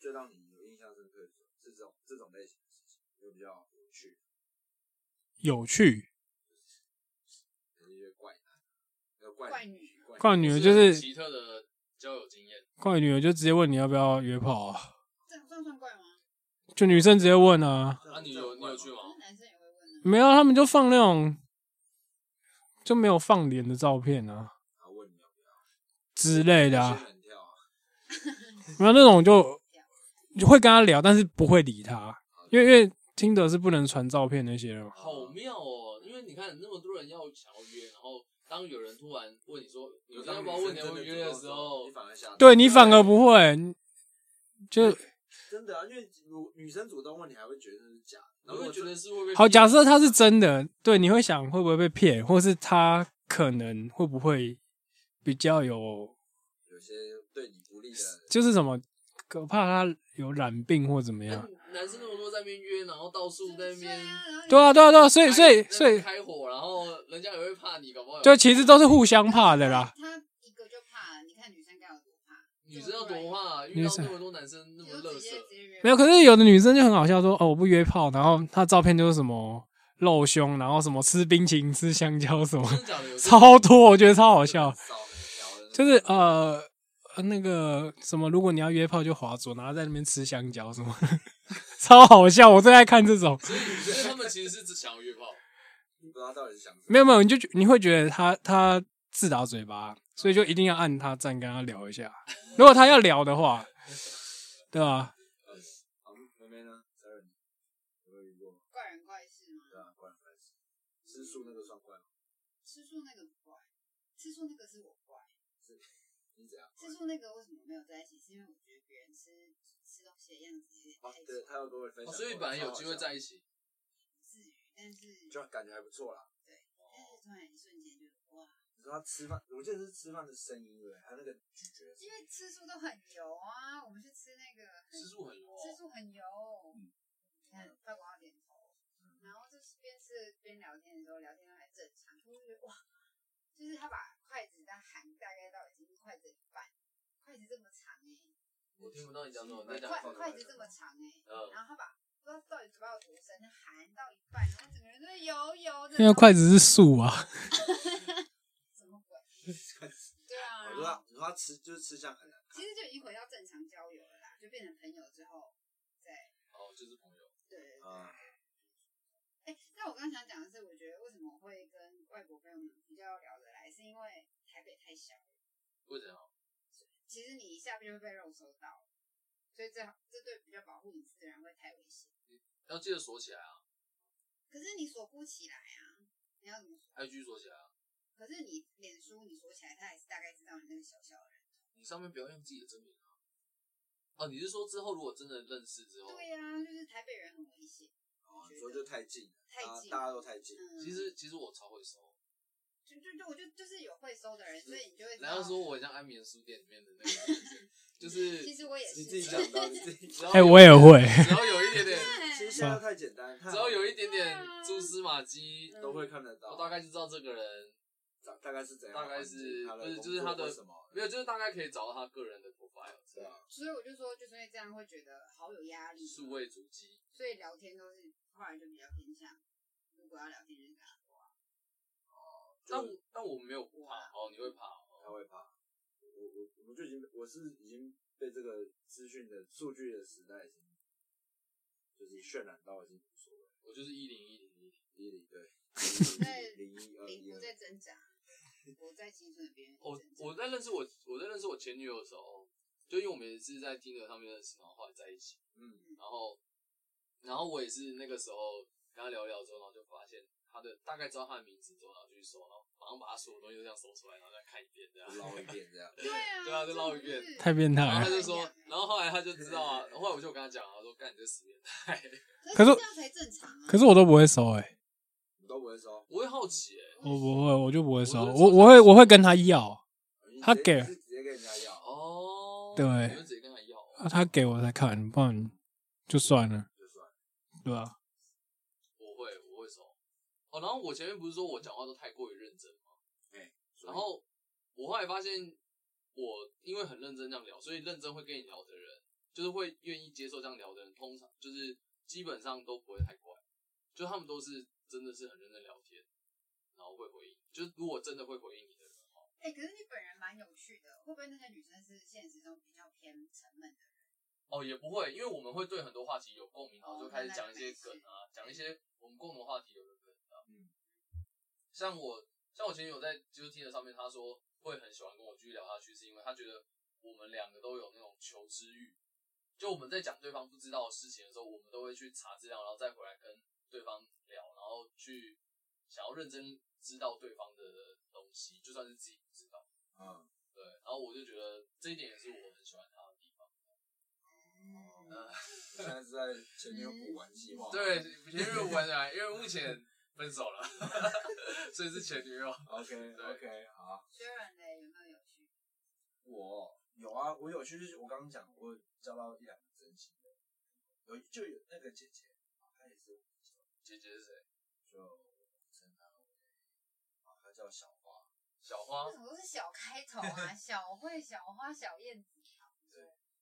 最让你有印象深刻的是这种这种类型的事情，又比较有趣， 有趣。还是一些怪男，呃怪怪女女，怪女儿就是奇特的交友经验，怪女儿就直接问你要不要约炮啊，这样这样算怪吗？就女生直接问啊，这种啊你这种有你怪有去吗吗可是男生也会问啊，没有啊他们就放那种就没有放脸的照片啊然后问你要不要，之类的仙啊，人跳啊，没有那种就就会跟他聊，但是不会理他，因为因为听的是不能传照片那些的嘛。好妙哦！因为你看那么多人要想要约，然后当有人突然问你说你有今天要不要问你要不要约的时候你，反而想，对你反而不会，你就真的啊，因为如女生主动问你，还会觉得是假你的，然后会觉得是会被好。假设他是真真，的，对，你会想会不会被骗，或是他可能会不会比较有，有些对你不利的，就是什么，可怕他有染病或怎么样。哎男生那么多在那边约，然后到处在那对边啊，然后你对啊，对啊，对啊，所以，所以，开所以，开火，然后人家也会怕你，搞不好有就其实都是互相怕啊的啦。她一个就怕，你看女生该有多怕，女生要多怕，遇到那么多男生那么就乐直接色直，接约没有，可是有的女生就很好笑说，哦，我不约炮，然后她照片就是什么露胸，然后什么吃冰淇淋、吃香蕉什么真，的假的？有这种 超多，我觉得超好笑。少很聊的，就是呃呃那个什么，如果你要约炮就滑左，然后在那边吃香蕉什么， 超好笑。我最爱看这种，所以他们其实是只想要约 炮。不知道到底是想什么没有没有，你就觉你会觉得他他自打嘴巴，所以就一定要按他赞跟他聊一下。如果他要聊的话，对吧、好，妹妹呢 s a r 有没有遇过？怪人怪事吗？对啊，怪人怪事，吃素那个算怪吗？吃素那个不怪，吃素那个是我怪，你怎样？吃素那个为什么没有在一起？是因为我觉得别人吃吃东西的样子有点哦太，对，他有跟我分享哦过，所以本来有机会在超好一起，至于，但是笑，就感觉还不错啦。但是突然一瞬间就哇，你说他吃饭，我记得是吃饭的声音，对不对？他那个咀嚼的声因为吃素都很油啊，我们去吃那个很吃素很油哦嗯吃素很油，你看法国要点头，然后就是边吃边聊天的时候，聊天都还正常，我就觉得哇，就是他把筷子在含大概到已经筷子的一半，筷子这么长哎、我听不到你讲什么，在讲筷什么筷子这么长哎、呃，然后他把不知道到底嘴巴有多深，他含到一半，然后整个人都是油油的，因为筷子是素啊，什么鬼？音。对啊，我然说后他，哦你说他吃就是吃相很难，其实就已经回到正常交友了啦，就变成朋友之后再哦，就是朋友，对对对。啊，哎、那我刚想讲的是，我觉得为什么我会跟外国朋友们比较聊得来，是因为台北太小，为什么？其实你一下就会被肉收到，所以这这对比较保护隐私的人会太危险。要记得锁起来啊可是你锁不起来啊，你要怎么锁？ ，IG 锁起来啊，可是你脸书你锁起来，他还是大概知道你那个小小的人。你上面不要用自己的真名啊。哦，你是说之后如果真的认识之后，对呀、啊，就是台北人很危险，哦，你说就太近了，太大近家大家都太近，嗯，其实其实我超会收，就就就我就就是有会收的人，所以你就会知然后道。说我很像安眠书店里面的那个男生，就是其实我也是，你自己讲啊到你自己只讲。 要哎、我也会。只要哦有一点点，其实现在太简单，只只要有一点点蛛丝马迹，都会看得到，我大概就知道这个人大大概是怎样的大概环境，是他不的是工就是作他的或什么，没有，就是大概可以找到他个人的 profile，对啊，所以我就说，就是因为这样会觉得好有压力。数位足迹。所以聊天都是后来就比较偏向，如果要聊天就是跟他说啊，但我但我没有怕哦，你会怕他哦？会怕。我我我们就已经我是已经被这个资讯的数据的时代已经就是渲染到已经无所谓了，我就是一零一零一。一零对，零一呃二零一不二在挣扎，我在青春的边缘我挣扎。哦我在认识我我在认识我前女友的时候，就因为我们也是在听的上面认识，然后后来在一起，嗯然后然后我也是那个时候跟他聊一聊之后，然后就发现他的大概知道他的名字之后，然后就去搜，然后马上把他所有东西都这样搜出来，然后再看一遍这样。啊嗯捞一遍 这样。对啊，对啊再唠一遍就是太变态然后他了。就说， 然后后来他就知道啊，后来我就跟他讲啊，我说干你这死变态，可可是是这样才正常啊。可是我都不会收哎、你都不会收，我会好奇哎、我不会，我就不会收，我我我会我会跟他要，你他直接给你是直接跟人家要，哦，对我就直接跟他要，啊他给我才看，不然就算了，就算了。对吧、啊？我会我会收。哦，然后我前面不是说我讲话都太过于认真吗？哎，所以然后我后来发现，我因为很认真这样聊，所以认真会跟你聊的人，就是会愿意接受这样聊的人，通常就是基本上都不会太怪，就他们都是真的是很认真聊天，然后会回应，就是如果真的会回应你的人的话，哎、可是你本人蛮有趣的，会不会那个女生是现实中比较偏沉闷的人？哦，也不会，因为我们会对很多话题有共鸣，然后就开始讲一些梗啊，讲一些我们共同话题有的梗啊。嗯，像我，像我前女友在就是听的上面，她说会很喜欢跟我继续聊下去，是因为她觉得我们两个都有那种求知欲，就我们在讲对方不知道的事情的时候，我们都会去查资料，然后再回来跟对方聊，然后去想要认真知道对方的东西，就算是自己不知道。嗯，对，然后我就觉得这一点也是我很喜欢她的地方。嗯。现在是在前面补完计划。对，因为我啊，因为目前分手了， 所以是前女友。 ，OK OK，好，薛仁嘞有没有有趣？我有啊，我有去，我刚刚讲，我交到一两个真心的，有就有那个姐姐，她也是我的姐姐姐是谁？姐，就真的，啊，她叫小花，小花为。什么都是小开头啊？小慧、小花、小燕子、啊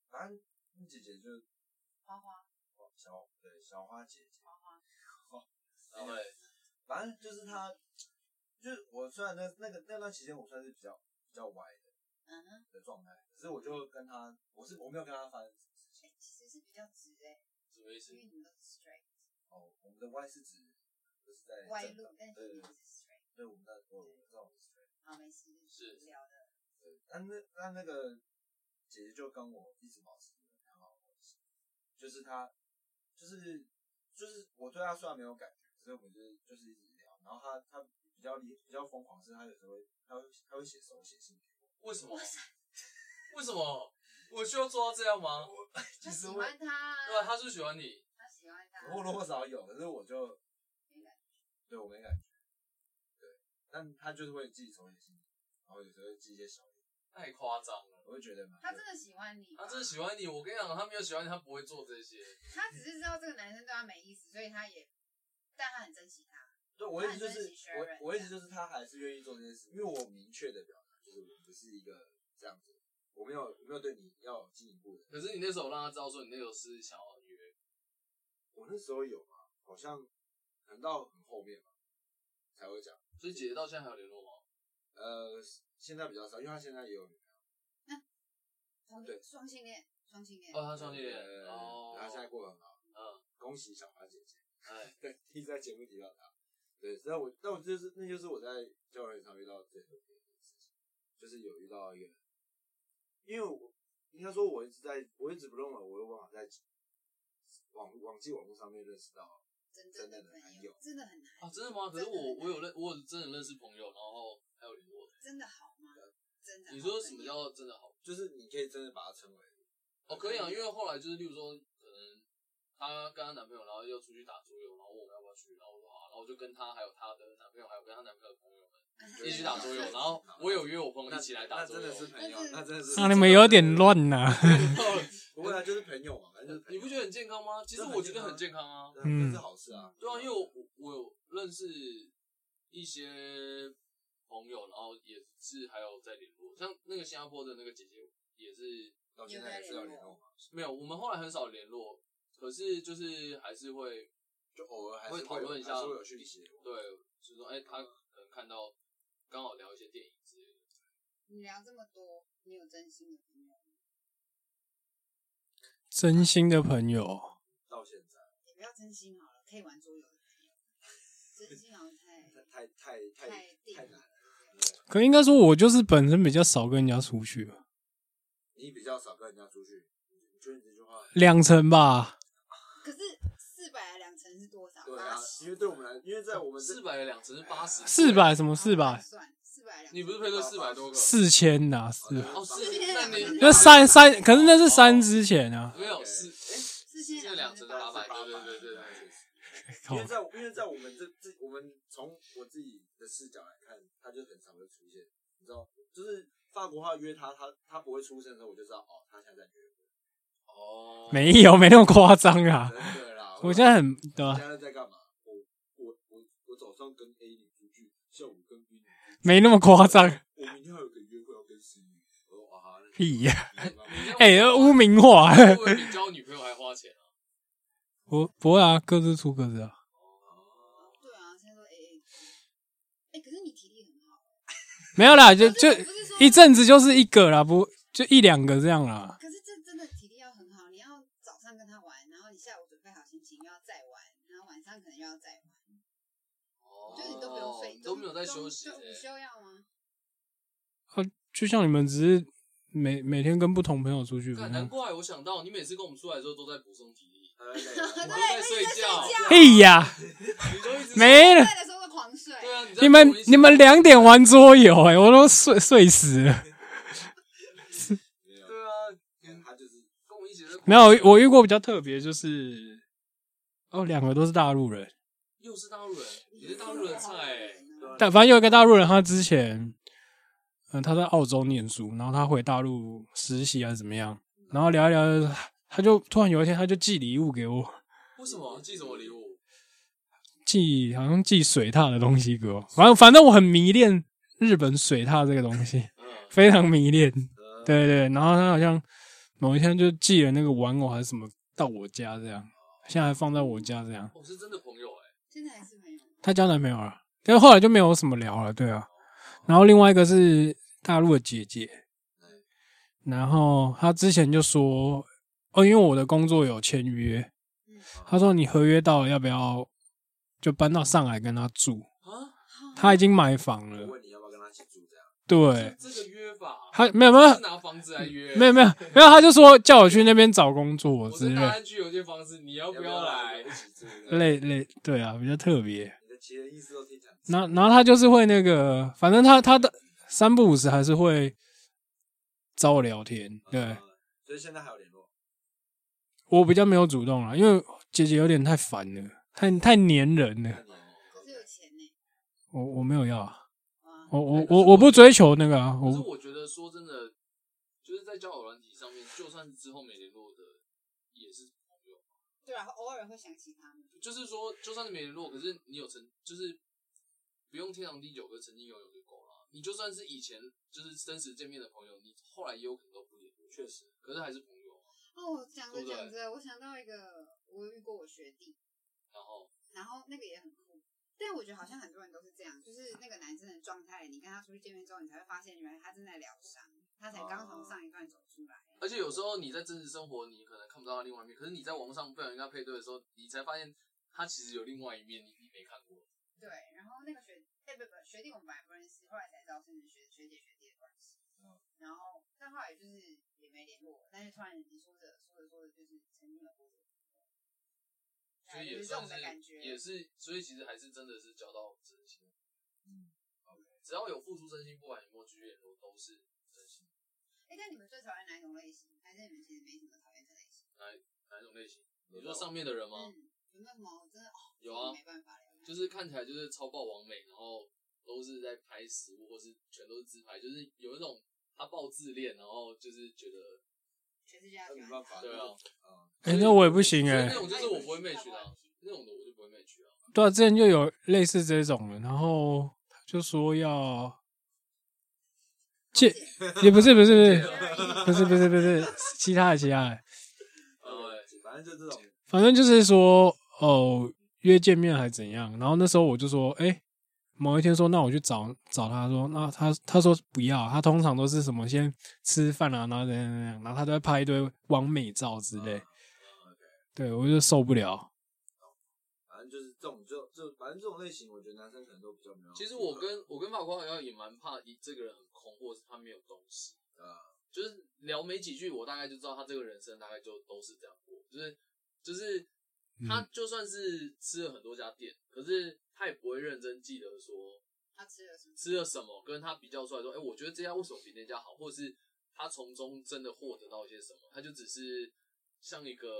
反正那姐姐就哦花花，小对小花姐姐，然后嘞反正就是她，就是我虽然那那个那段期间我算是比较比较歪的嗯哼，的状态，可是我就跟她，我是我没有跟她发生什么事情。哎、其实是比较直哎、什么意思因？为你们都是 straight 哦，我们的 Y 是指就是在正歪常路，但是对你们对对，是 straight，对我们在我我知道我们是 straight，好没事，是无聊的。对，但那那那个姐姐就跟我一直保持良好的关系，就是她就是就是我对她虽然没有感觉，可是我们就是就是一直聊，然后她她比较厉比较疯狂是她有时候会她会她会写手写信给我，为什么？为什么？我需要做到这样吗？他喜我欢他啊，对啊，他是喜欢你，他喜欢 他，啊或多或少有，可是我就没感觉对我没感觉，对，但她就是会寄手写信，然后有时候会寄一些小礼物，太夸张了。我就觉得蛮他真的喜欢你，他真的喜欢你，我跟你讲，他没有喜欢你，他不会做这些。他只是知道这个男生对他没意思，所以他也，但他很珍惜他。对，我意思就他很是珍惜学人我我意思就是他还是愿意做这件事，因为我明确的表达就是我不是一个这样子，我没有我没有对你要有进一步的。可是你那时候让他知道说你那时候是想要约，我那时候有吗？好像可能到很后面吧才会讲。所以姐姐到现在还有联络吗？呃，现在比较少，因为他现在也有女朋同对双性恋，双性恋，哦，他友，双性恋呃哦，他现在过得很好，嗯，恭喜小花姐姐。哎， 对，一直在节目提到他。对，但我但我就是那就是我在交友软件上遇到最特别的事情，就是有遇到一个，因为我应该说我一直在，我一直不认为我有办法在网网际网络上面认识到，真正的真的朋很友有真的很难，啊，真的吗？可是我我有认我有真的认识朋友，然后还有联络的。真的好吗？真的好朋友？你说什么叫真的好？就是你可以真的把它称 为哦，可以啊，因为后来就是，例如说，可能她跟她男朋友，然后要出去打桌游，然后问我要不要去，然后我说好，啊然后我就跟她还有她的男朋友，还有跟她男朋友的朋友们一起去打桌游，然 后我有约我朋友一起来打那桌游真的。是朋友，那真的是嗯啊，你们有点，乱啊呐、不会啊，就是朋友嘛，反正就是朋你友不觉得很健康吗？其实我觉得很健康啊。对嗯啊这是好事啊，对啊，因为我我有认识一些朋友，然后也是还有在联络，像那个新加坡的那个姐姐也是到现在也是有联络嘛，没有，我们后来很少联络，可是就是还是会就偶尔还是会有讨论一下还是会有讯息，对，就是说，哎、他可能看到刚好聊一些电影之类的，你聊这么多，你有真心的朋友吗？真心的朋友，到现在也不要真心好了，可以玩桌游的朋友， 真心好像太太太太太定太难了了。。可应该说我就是本身比较少跟人家出去，你比较少跟人家出去，你觉得你这句话两成吧。可是四百两成成是多少？对啊八十，哦因为对我们来，因为在我们这哎四百的两成是八十，四百什么四百？算四百两，你不是配对四百多个？四千呐，四哦，四四千那你那三三，可是那是三之前啊。没有 OK 四，哎，四千这两成是的八八百，百，对对对对对。因为在因为在我们这这，我们从我自己的视角来看，他就很常会出现，你知道，就是法国话约他，他他不会出现的时候，我就知道哦，他现在在约哦，没有， 没那么夸张啊。我，真的啦。我现在很对我吧、现在在干嘛？我我我我早上跟 A 女出去，下午跟 B 女出去，没那么夸张。我明天还有个约会要跟 C 女，我说哇哈，那屁呀你知道吗哎、污名化。会不会比交女朋友还花钱啊？ 不不会啊，各自出各自啊。对啊，现在都 A A。哎，可是你体力很好，没有啦，就可就是不是说一阵子就是一个啦，不就一两个这样啦。可是这真的体力要很好，你要早上跟他玩，然后你下午准备好心情又要再玩，然后晚上可能又要再玩，哦就是你都不用睡，哦都没有在休息就欸就午休要吗？ 啊，就像你们只是每每天跟不同朋友出去，嗯干难怪我想到你每次跟我们出来的时候都在补充体力，哎累你啊都在睡觉，屁哎呀，你都一直没 了。睡的时候都狂睡，对啊，在你们跟我一起你们两点玩桌游，哎，我都睡睡死了。没有对啊，嗯他就是跟我一起在没有，我遇过比较特别，就是哦，两个都是大陆人，又是大陆人，你是大陆人菜欸，啊但反正有一个大陆人，他之前，嗯，他在澳洲念书，然后他回大陆实习还是怎么样，然后聊一聊，他就突然有一天他就寄礼物给我，为什么寄什么礼物？寄好像寄水獭的东西给我，反正反正我很迷恋日本水獭这个东西， 嗯，非常迷恋，呃对对，然后他好像某一天就寄了那个玩偶还是什么到我家这样，现在还放在我家这样。我是真的朋友哎，现在还是没有。她交男朋友了，但是后来就没有什么聊了，对啊。然后另外一个是大陆的姐姐，然后她之前就说，哦，因为我的工作有签约，她说你合约到了，要不要就搬到上海跟她住？啊，哦她已经买房我了，问你要不要跟他一起 住这样？对，这个约法，她没有没有是拿房子来约，没有没有没有，她就说叫我去那边找工作我之是大类安区有些房子，你要不要来一？起住？你类类，对啊，比较特别。的其他意思都听讲。然后然后他就是会那个，反正他他的三不五时还是会找我聊天。对呃，所以现在还有联络。我比较没有主动啊了，因为姐姐有点太烦了，太太黏人了。可是有钱呢、我我没有要啊，哇，我我我我不追求那个啊，可是我我觉得说真的，就是在交友软体上面，就算之后没联络的，也是朋友。对啊，偶尔会想起他们。就是说，就算是没联络，可是你有曾就是不用天长地久，跟曾经拥有就够了啊。你就算是以前就是真实见面的朋友，你后来也有可能都不联络，确实，可是还是朋友啊。哦，讲着对不对讲着，我想到一个，我遇过我学弟，然后然后那个也很酷。但我觉得好像很多人都是这样，就是那个男生的状态，你跟他出去见面之后，你才会发现原来他正在疗伤，他才刚从上一段走出来。哦而且有时候你在真实生活，你可能看不到他另外一面，可是你在网络上不小心跟他配对的时候，你才发现他其实有另外一面，你你没看过。对，然后那个学，哎、不不，学弟我们本来不认识，后来才知道是学学姐学弟的关系。嗯然后但后来就是也没联络，但是突然你说着说着说着，就是曾经有过这个所以哎有也这种算的是感觉，也是，所以其实还是真的是交到真心。嗯只要有付出真心，不管有没有继续联络，都是真心。哎、那你们最讨厌哪一种类型？还是你们其实没什么讨厌的类型？哪一种类型？你说上面的人吗？嗯，有没有什么真的哦？有啊没办法了，就是看起来就是超爆完美，然后都是在拍食物，或是全都是自拍，就是有一种他爆自恋，然后就是觉得全世界要那喜没欢办他法，对啊，哎、那我也不行所以哎、那种就是我不会 match 的、啊，那种的我就不会 match 啊。对啊，之前就有类似这种的，然后他就说要，借也不是不是不是不是不是不是其他的其他的，对，啊呃反正就这种，反正就是说哦约见面还怎样，然后那时候我就说，哎、某一天说那我去找找他说，那他他说不要，他通常都是什么先吃饭啊，然后怎样怎样，然后他都会拍一堆完美照之类，对我就受不了。反正就是这种，就就反正这种类型，我觉得男生可能都比较没有。其实我跟我跟法国好像也蛮怕一这个人很空，或者是他没有东西啊，就是聊没几句，我大概就知道他这个人生大概就都是这样过，就是就是他就算是吃了很多家店，可是他也不会认真记得说他吃了什么？吃了什么，跟他比较出来说，哎、我觉得这家为什么比那家好，或者是他从中真的获得到一些什么，他就只是像一个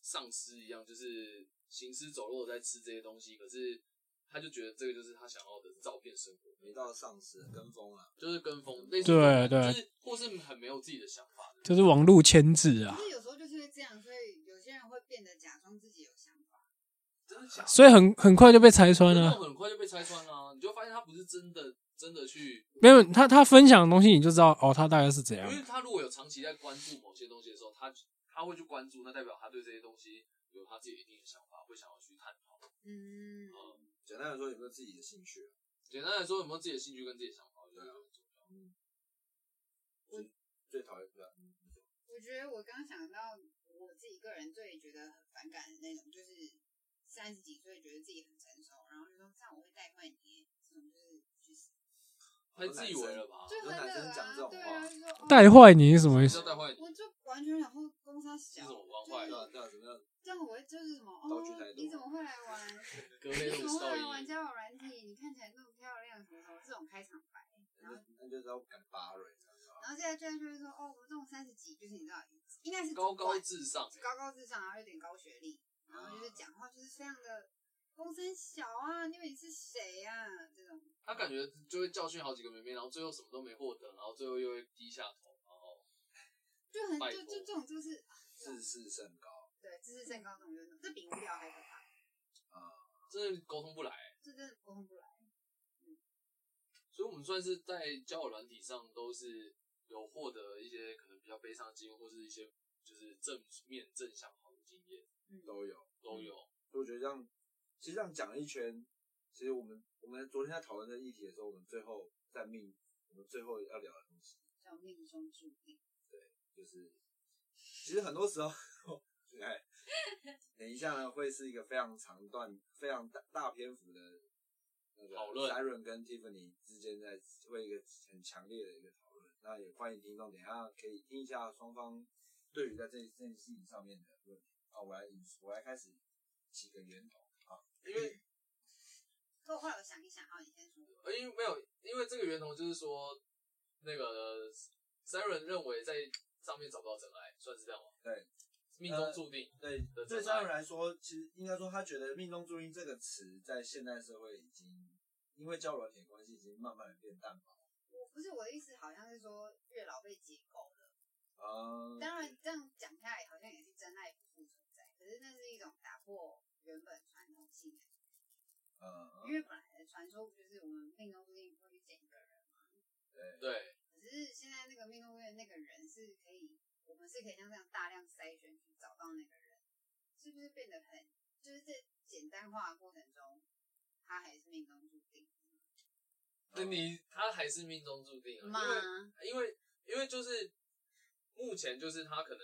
丧尸一样，就是行尸走肉地在吃这些东西，可是他就觉得这个就是他想要的照片生活，没到丧尸跟风了，就是跟风，类似这种对对啊就是或是很没有自己的想法的，就是网路牵制啊可，是有时候就是会这样，所以有些人会变得假装自己有想法。真的假的？所以很很快就被拆穿这了种。很快就被拆穿了、你就发现他不是真的真的去，没有他他分享的东西，你就知道哦，他大概是怎因样。为他如果有长期在关注某些东西的时候，他他会去关注，那代表他对这些东西有他自己一定的想法，会想要去探讨。嗯，嗯，简单来说有没有自己的兴趣啊？简单来说，有没有自己的兴趣跟自己的想法，我觉得很重要。最讨厌的，我觉得我刚想到我自己个人最觉得很反感的那种，就是三十几岁觉得自己很成熟，然后就说这样我会带坏你，这种就是去死。太自以为了吧？就很男冷生讲这啊，种对话啊，就说哦带坏你是什么意你是要思？带坏你，我就完全想说公司这小，种玩对坏啊的，对啊，怎么样？这样我会就是什么道具太哦多，你怎么会来玩？格你雷怎厄么斯会道来玩义，交友软体？你看起来那么漂亮，什么什么这种开场白，然后那就知道不敢扒了，你知道吗？然后现在居然就是说哦，我们这种三十几，就是你知道，应该是高主管高至上，高高智商，然后有点高学历，然后就是讲话就是非常的风声小啊，因为你是谁呀、啊？这种他感觉就会教训好几个妹妹，然后最后什么都没获得，然后最后又会低下头，然后就很拜就托就这种就是自视甚高对知识正高这种就是这比无聊还可怕，啊，真的沟通不来。这真的沟通不来。所以我们算是在交友软体上都是有获得一些可能比较悲伤的经验，或是一些就是正面正向好的经验都有。都有。所以我觉得这样，其实这样讲了一圈，其实我们我们昨天在讨论这议题的时候，我们最后在命，我们最后要聊的东西，叫命中注定，就是其实很多时候， 哎，等一下呢会是一个非常长段、非常大大篇幅的那个讨论 Siren 跟 Tiffany 之间在会一个很强烈的一个讨论。那也欢迎听众等一下可以听一下双方对于在这这件事情上面的论点。啊，我来引我来开始起个源头啊，因为可我后来我想一想，好，你先说。呃，因为没有，因为这个源头就是说，那个 Siren 认为在上面找不到真爱，算是这样吗？对，命中注定。对的对真商爱人来说，其实应该说他觉得“命中注定”这个词在现代社会已经因为交友软体的关系，已经慢慢的变淡薄。我不是我的意思，好像是说月老被解构了。嗯，当然这样讲下来，好像也是真爱不复存在，可是那是一种打破原本传统信仰，因嗯，为本来的传说不就是我们命中注定会遇见一个人。对，可是现在那个命中率的那个人是可以，我们是可以像这样大量筛选去找到那个人，是不是变得很，就是这简单化的过程中，他还是命中注定那你他还是命中注定啊，吗因？为因为因为就是目前就是他可能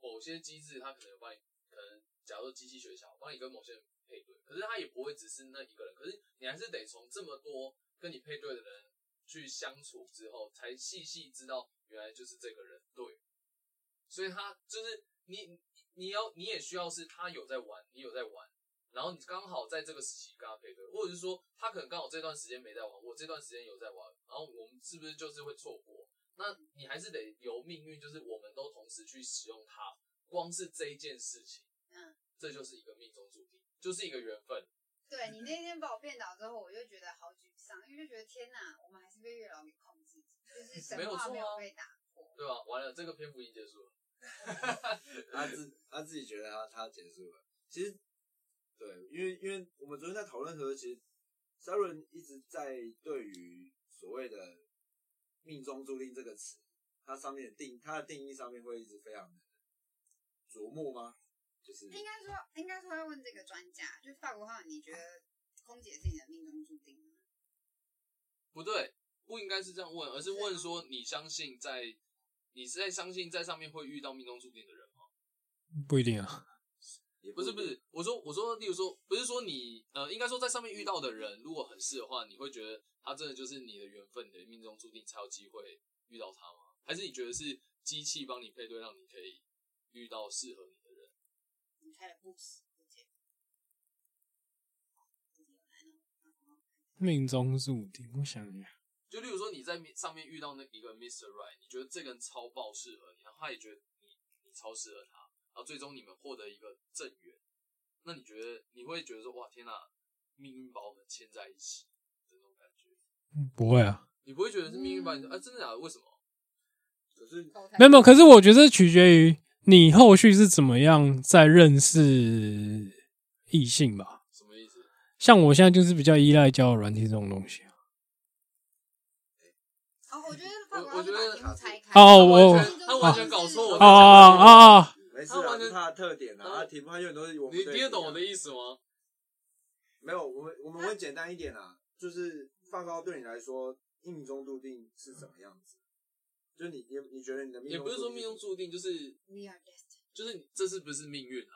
某些机制，他可能有帮你，可能假如说机器学校帮你跟某些人配对，可是他也不会只是那一个人，可是你还是得从这么多跟你配对的人去相处之后，才细细知道原来就是这个人对，所以他就是你你要你也需要是他有在玩，你有在玩。然后你刚好在这个时期跟他配对，或者是说他可能刚好这段时间没在玩，我这段时间有在玩，然后我们是不是就是会错过？那你还是得由命运，就是我们都同时去使用它。光是这一件事情，嗯，这就是一个命中注定，就是一个缘分。对你那天把我变倒之后，我就觉得好沮丧，因为就觉得天哪，我们还是被月老给控制，就是神话没啊有被打破。对吧？完了，这个篇幅已经结束了。他自他自己觉得他他结束了。其实，对，因为因为我们昨天在讨论的时候，其实 Siren 一直在对于所谓的“命中注定”这个词，它上面的定它的定义上面会一直非常的琢磨吗？就是应该说，应该说要问这个专家，就是法国号，你觉得空姐是你的命中注定吗？不对，不应该是这样问，而是问说你相信在，你是在相信在上面会遇到命中注定的人吗？不一定啊。也不是不是，我说我说，例如说，不是说你呃，应该说在上面遇到的人，如果很是的话，你会觉得他真的就是你的缘分，你的命中注定才有机会遇到他吗？还是你觉得是机器帮你配对，让你可以遇到适合你的人？你开了不止，命中注定，我想一下，就例如说你在面上面遇到那一个 Mr. Right，你觉得这个人超爆适合你，然后他也觉得你你超适合他，然后最终你们获得一个正缘，那你觉得你会觉得说哇天呐，命运把我们牵在一起的那种感觉，嗯不会啊，你不会觉得是命运把嗯你啊真的假的？为什么？可是没有没有，可是是我觉得这取决于你后续是怎么样在认识异性吧。什么意思？像我现在就是比较依赖交友软体这种东西啊。哦，我觉得我法国我觉得把题目拆开哦我完全他完全搞错我啊在讲啊什么啊！啊没事他啊，完这全是他的特点啊，呃他他的题目他永远都是我们你对听得懂一我样的意思吗？没有，我们我们会简单一点啊，就是发高对你来说命中注定是怎么样子？就你你你觉得你的命也中不是说命中注注定，就是，We are destined，就是你这是不是命运啊？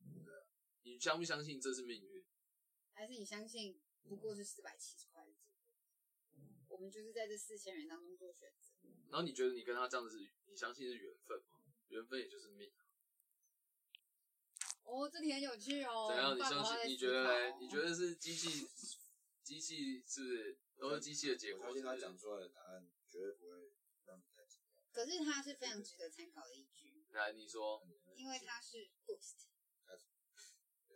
嗯你相不相信这是命运？还是你相信不过是四百七十块的结果？我们就是在这四千人当中做选择。然后你觉得你跟他这样子是，你相信是缘分吗？缘分也就是命。啊哦，这题很有趣哦。怎样？你法国相在信？你思觉得考嘞哦？你觉得是机器？机器是不是都是机器的结定我果？相信他是不讲是出来的答案绝对不会让你太惊讶，可是它是非常值得参考的一句，来，你说，嗯因为它是 boost。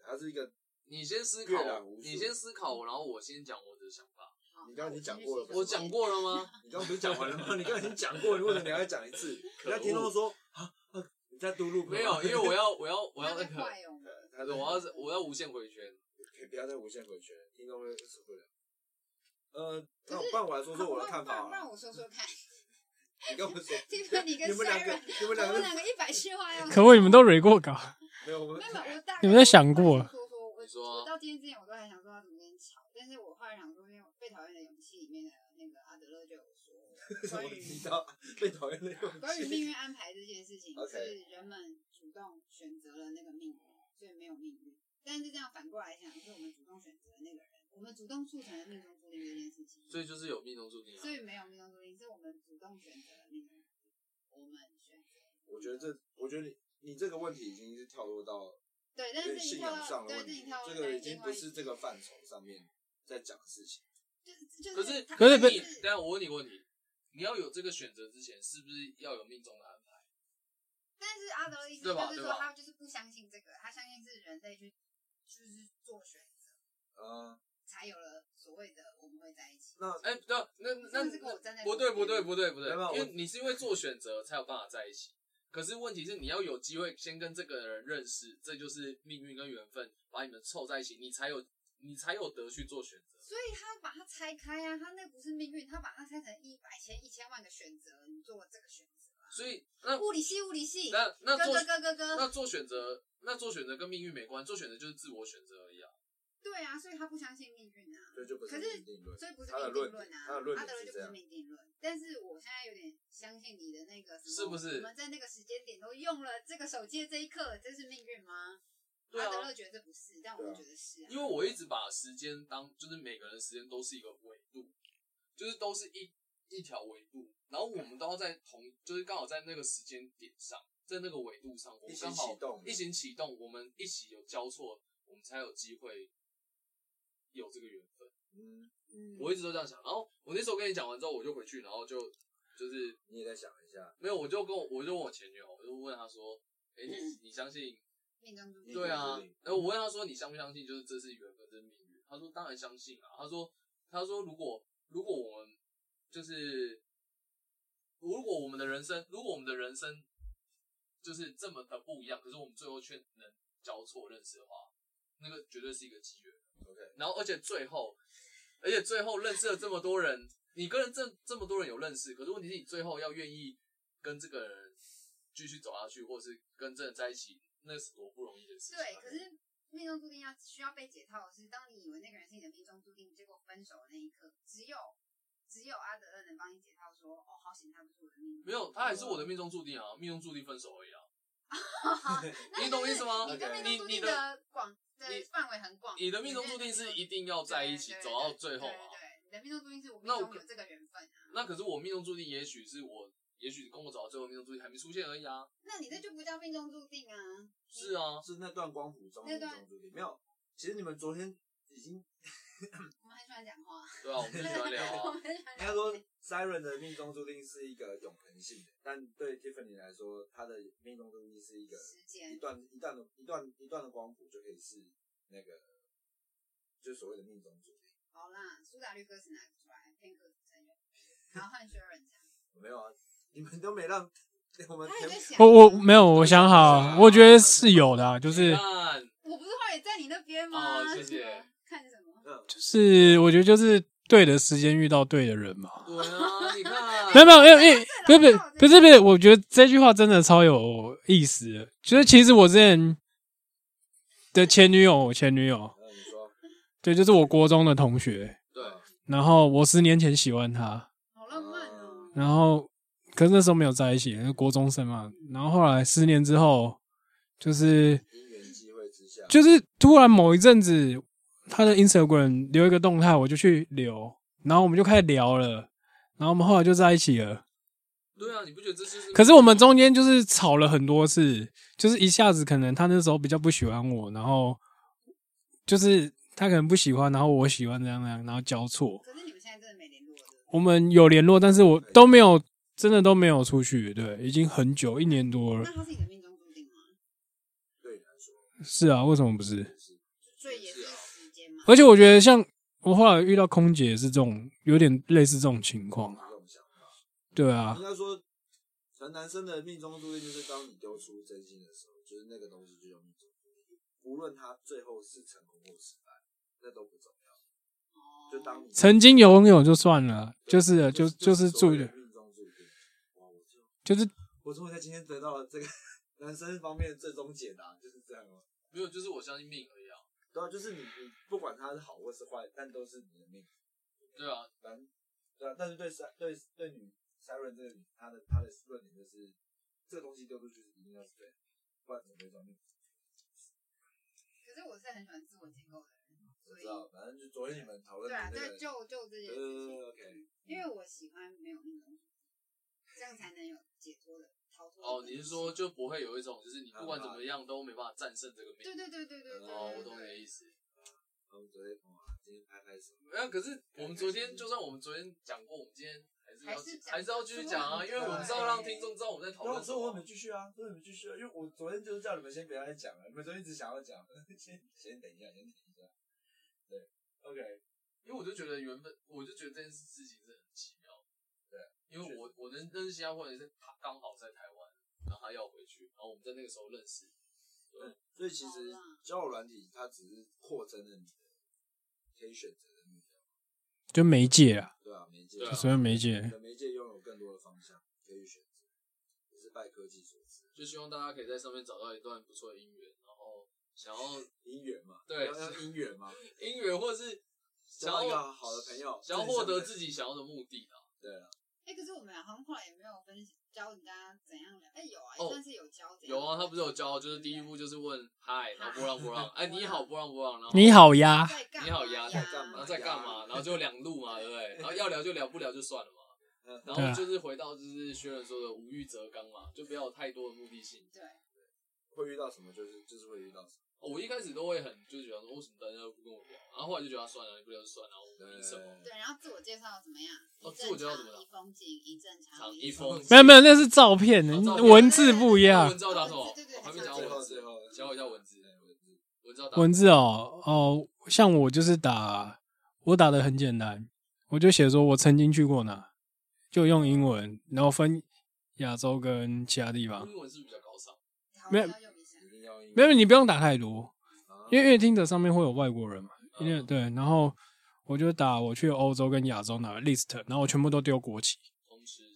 他是一个你先思阅览考无，数你先思考，然后我先讲我的想法。好你刚刚已经讲过了那我我先去讲过了吗？你刚刚不是讲完了吗？你刚刚已经讲过，你为什么你还要讲一次？ 可恶人家听众说啊啊，你在嘟噜没有，因为我要，我要，我写要一下。那太个，快哦。 他说我要，我要无限回圈。可以不要再无限回圈，听众会受不了。呃，那我换我 来说说好我的看不然法啊不然吧。我说说 看，你跟我 说，听说你跟你们两个 Sharon，，你我们两们个两个一百句话要。可恶，你们都蕊过稿，没有我们没有，没有我大概你们在想过我说说我你说啊我到今天之前，我都还想说要怎么跟你吵，但是我后来想说，因为我被讨厌的勇气里面的那个阿德勒就有 说怎关么于提到被讨厌的 勇关于气？命运安排这件事情 OK 是人们主动选择了那个命运，所以没有命运。但是这样反过来想，是我们主动选择的那个人，我们主动促成了命中注定这件事情，所以就是有命中注定啊所。以没有命中注定，是我们主动选择了那个人，我们选择。我觉得这，我觉得你你这个问题已经是跳脱到对，但有是点自己信跳仰到，上的对问自己题跳，到这个已另经外不一是这个范畴上面在讲的事情。就就可是，他可是你被等一下我问你个问题，你要有这个选择之前，是不是要有命中的安排？但是阿德勒意思对吧就是对说，吧他就是不相信这个，他相信是人类去就是做选择，嗯，才有了所谓的我们会在一起。那哎，对啊，那那上次跟我站在那不对不对不对不对没有，我因为你是因为做选择才有办法在一起。可是问题是，你要有机会先跟这个人认识，这就是命运跟缘分把你们凑在一起，你才有你才有得去做选择。所以他把它拆开啊，他那不是命运，他把它拆成一百千一千万个选择，你做了这个选择。所以那物理系，物理系，那那哥做哥哥哥那哥，做选择，那做选择跟命运没关，做选择就是自我选择而已啊。对啊，所以他不相信命运啊，这就不是可是命定论，所以不是他的命定论论点啊，他的论阿点德勒就是这不是样。命定论。但是我现在有点相信你的那个什么，是不是我们在那个时间点都用了这个手机的这一刻，这是命运吗？对啊阿德勒觉得这不是，但我对们啊觉得是啊。因为我一直把时间当就是每个人时间都是一个维度，就是都是一一条维度，然后我们都要在同，就是刚好在那个时间点上，在那个维度上，我们一起刚好启动一起启动，我们一起有交错，我们才有机会有这个缘分。嗯，嗯，我一直都这样想，然后我那时候跟你讲完之后，我就回去，然后就就是你也再想一下，没有，我就跟我我就问我前女友，我就问她说，哎、你你相信命中注定。对啊嗯，然后我问他说：“你相不相信就是这是缘分，这是命运？”他说：“当然相信啊。”他说：“他说如果如果我们就是如果我们的人生，如果我们的人生就是这么的不一样，可是我们最后却能交错认识的话，那个绝对是一个机缘。 OK 然后而且最后，而且最后认识了这么多人，你跟这这么多人有认识，可是问题是你最后要愿意跟这个人继续走下去，或是跟这人在一起，那是多不容易的事情啊。对，可是命中注定要需要被解套的是，当你以为那个人是你的命中注定，结果分手的那一刻，只有只有阿德勒能帮你解套说，哦，好险他不是我的命中注定。没有，他还是我的命中注定啊，命中注定分手而已啊。那就是你懂我意思吗你跟命中注你定你的的广的你范围很广，你的命中注定是一定要在一起，对走到最后对对啊。对，你的命中注定是我命那我中有这个缘分啊，那可是我命中注定，也许是我，也许跟我走到最后，命中注定还没出现而已啊。那你这就不叫命中注定啊。是啊，是那段光谱中那命段中注定没有。其实你们昨天已经我们很喜欢讲话，对啊，我们就喜欢聊我啊，们很喜欢应聊该说，Siren 的命中注定是一个永恒性的，但对 Tiffany 来说，她的命中注定是一个时一间，段一段的一段一段的光谱就可以是那个，就所谓的命中注定。好啦，苏打绿歌词拿出来，骗歌词真有，然后换薛仁这样，没有啊，你们都没让我们他也在填想，我我没有，我想好，啊我觉得是有的啊、 就是看我不是话也在你那边吗？哦谢谢。看什么？嗯，就是，我觉得就是对的时间遇到对的人嘛。对啊，你看， 没有没有没有，因为不是不是不是不是，我觉得这句话真的超有意思的。就是其实我之前的前女友，我前女友，那你说，对，就是我国中的同学。对，然后我十年前喜欢她，好浪漫哦、嗯然后可是那时候没有在一起，因为国中生嘛。然后后来十年之后，就是因缘机会之下，就是突然某一阵子，他的 Instagram 留一个动态，我就去留，然后我们就开始聊了，然后我们后来就在一起了。对啊，你不觉得这就是？可是我们中间就是吵了很多次，就是一下子可能他那时候比较不喜欢我，然后就是他可能不喜欢，然后我喜欢这样那样，然后交错。可是你们现在真的没联络了。我们有联络，但是我都没有，真的都没有出去，对，已经很久，一年多了那。他是你的命中注定吗？对你来说，是啊，为什么不是？所以也是时间啊嘛。而且我觉得像我后来遇到空姐也是这种，有点类似这种情况啊这。种想法，对啊应，该说，可能男生的命中注定就是当你丢出真心的时候，就是那个东西就叫命中注定，无论他最后是成功或失败，那都不重要，哦就当你曾经拥有就算了，就是就就是注的定，命中注定。哇，我就就是我终于在今天得到了这个 男生方面的最终解答，就是这样哦。没有，就是我相信命而已啊。对啊，就是你你不管他是好或是坏，但都是你的命。对啊，但对啊，但是对三对对女 Siren 这个女，她的她的论点就是这个东西丢出去是一定要是对的，不然怎么会叫命？可是我是很喜欢自我建构的人，不所知道，以反正就昨天你们讨论对的啊，那对，个，就就这件事情，呃，OK，因为我喜欢没有命中注定，这样才能有解脱的逃脱的东哦，西。你是说就不会有一种，就是你不管怎么样都没办法战胜这个对？对命？对对对对对。哦，我懂你对的意思。我们昨天同啊，今天拍拍手，没有，可是我们昨天就算我们昨天讲过，我们今天还是要还是讲还是要继续讲啊，因为我们是要让听众知道我们在讨然后论什说我么们。继续啊，说你们继续啊，因为我昨天就是叫你们先不要再讲了，你们昨天只想要讲， 先先等一下，先等一下。对，OK，因为我就觉得原本我就觉得这件事情是很奇妙的，对啊，因为我我能认识新加坡人是他刚好在台湾，然后他要回去，然后我们在那个时候认识，对，所以其好实啦交友软体它只是扩增了你的可以选择的目标，就媒介啊，对啊，媒介，对啊就所谓媒你介。的媒介拥有更多的方向可以选择，这是拜科技所赐，就希望大家可以在上面找到一段不错的姻缘，然后想 要姻缘嘛，对要要姻 缘嘛，姻缘或者是想交到一个要好的朋友，想要获得自己己想要的目的啊。想的，对啊，哎，可是我们好像后来也没有分析教人家怎样聊。哎，有啊，哦算是有教。有啊，他不是有教，就是第一步就是问嗨，然后波浪波浪，哎你好波浪波浪，然后你好呀，在干嘛啊你好呀在干然嘛后在干嘛？然后就两路嘛，对不对？然后要聊就聊，不聊就算了嘛。嗯对然后啊就是回到就是薛仁说的无欲则刚嘛，就不要有太多的目的性。对，会遇到什么就是就是会遇到什么，哦我一开始都会很就是觉得说为什么大家都不跟我聊，然后后来就觉得啊算了，你不聊就算了，我们对凭什么？对，然后自我介绍怎么样？哦一自我介绍正常怎么样一风景，一正常常一风景没有没有，那是照片，哦照片哎文字不一样文。字要打什么？对对对我还没对讲最文后字最，后教一下文字对文字，文字要打文字哦哦，像我就是打，我打的很简单，我就写说我曾经去过哪，就用英文，然后分亚洲跟其他地方。英文是不是比较高尚，没有，一定要姻没有，缘你不用打太哦多，啊因为因为听者上面会有外国人嘛，因嗯为对，然后我就打我去欧洲跟亚洲哪个 list，然后我全部都丢国旗，通吃的。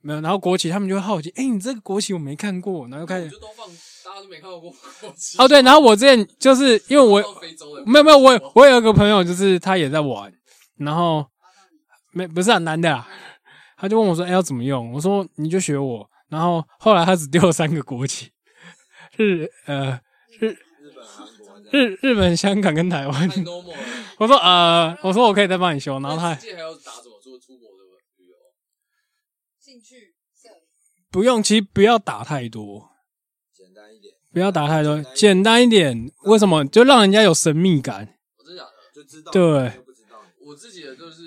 没有，然后国旗他们就会好奇，哎、你这个国旗我没看过，然后就开我始哦就都放，大家都没看过国旗。哦对，然后我之前就是因为我放到非洲的，没有没有，我有我有一个朋友，就是他也在玩，然后没不是啊，男的啦，他就问我说：“哎、要怎么用？”我说：“你就学我。”然后后来他只丢了三个国旗，日呃日本、啊啊韩国这样，日日本、香港跟台湾太。normal 了。我说：“呃，我说我可以再帮你修。”然后他世界还有打什么？就是出国的旅游，兴趣社不用，其实不要打太多，简单一点，不要打太多，简单一点。为什么？就让人家有神秘感。我真的假的？就知道，对就不知道。我自己的就是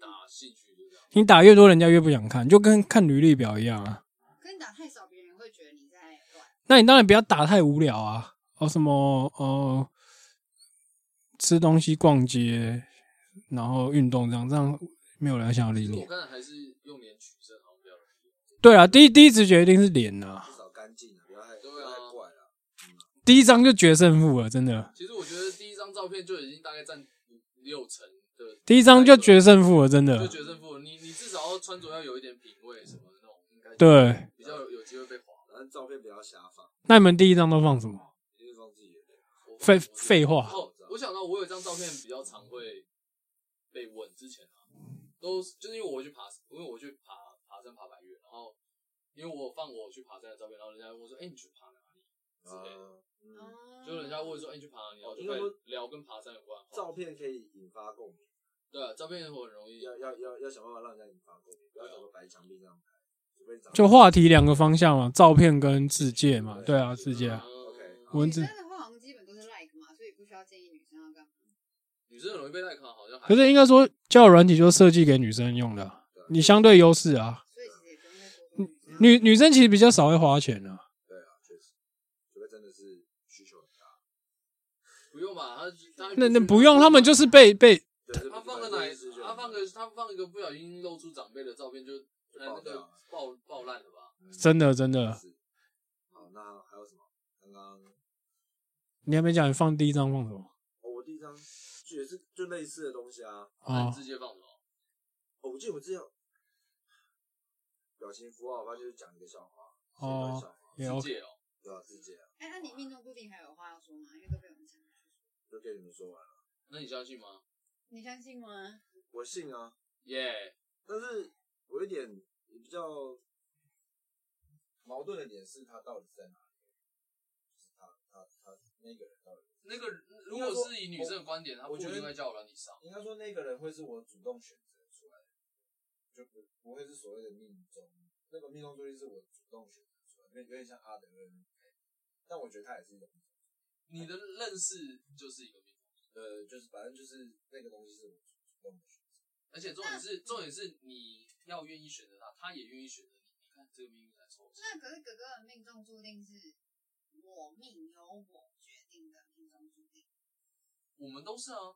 打兴趣就这样，你打越多，人家越不想看，就跟看履历表一样啊。跟你打太少，别人会觉得你在乱。那你当然不要打太无聊啊，哦什么哦，吃东西、逛街，然后运动这样，这样没有人想要理其实我你。看还是用脸取胜好像比较容易。对啊，第一第一直觉一定是脸啊，至少干净啊，不要太不对啊要太怪了。第一张就决胜负了，真的，其实我觉得第一张照片就已经大概占五六成的，第一张就决胜负了，真就的。决胜负。你你至少要穿着要有一点品味什么的那种，应该对，比较有有机会被划。反正照片不要瞎放，那你们第一张都放什么？就是放自己的脸。我废废话哦，我想到我有一张照片比较常会被问，之前啊，都是就是因为我去爬，因为我去爬爬山爬百岳，然后因为我放我去爬山的照片，然后人家问说，哎、你去爬哪里？之类的，啊，嗯，哦就人家问说，哎、你去爬哪里？然后就应该会说聊跟爬山有关的话。照片可以引发共鸣，对啊，照片我很容易要要要要想办法让人家引发共鸣，不要找个白墙壁这样拍，除非你长得就话题两个方向嘛，照片跟字界嘛。对啊，字界啊，嗯 OK，好文字女生的话好像基本都是 like 嘛，所以不需要建议女生要干嘛。女生很容易被耐看，好像还可是应该说，交友软体就是设计给女生用的啊、你相对优势啊。所以其实也不用再多说嗯女生。女女生其实比较少会花钱啊。对啊，确实，除非真的是需求很大。不用吧？他他那那不用，他们就是被被对他放个哪奶，他放个他放一个不小心露出长辈的照片就哎那爆掉个了爆爆烂了吧？真的真的，是。好，那还有什么？刚刚你还没讲你放第一张放什么哦，我第一张就也是就类似的东西啊。那啊你？直接放什么？哦，我记得我之前有表情符号，他就是讲一个笑话，是一段哦笑话，也世 OK，界哦，对啊，自己啊，哎，那你命中注定还有话要说吗？因为都被我们讲了。就跟你们说完了。那你相信吗？你相信吗？我信啊，耶，但是我有点也比较矛盾的点是，他到底在哪里？就是他他他那个人到底。那个如果是以女生的观点，她不我一觉得定会叫我让你上。应该说那个人会是我主动选择出来的，就不不会是所谓的命中，那个命中注定是我主动选择出来的，有点有点像阿德勒那种概念，但我觉得他也是一种，你的认识就是一个命，呃，就是反正就是那个东西是我主动的选择，而且重点是重点是你要愿意选择他，他也愿意选择你。你看这个命运来抽签，那可是哥哥的命中注定是我命由我决定的命中注定，我们都是啊，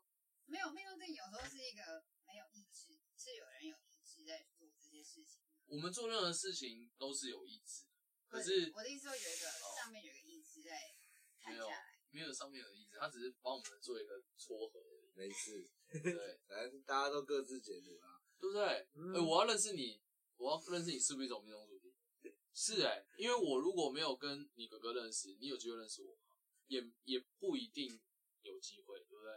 没有命中注定有时候是一个没有意志，是有人有意志在做这些事情。我们做任何事情都是有意志的，可对是我的意思说有一个上面有一个意志在看没下有 来，没有上面有意志，他只是帮我们做一个撮合而已，没事，对不对反正大家都各自解读啦。对不对？哎、我要认识你，我要认识你是不是一种命中注定？是哎、因为我如果没有跟你哥哥认识，你有机会认识我吗？也也不一定有机会，对不对？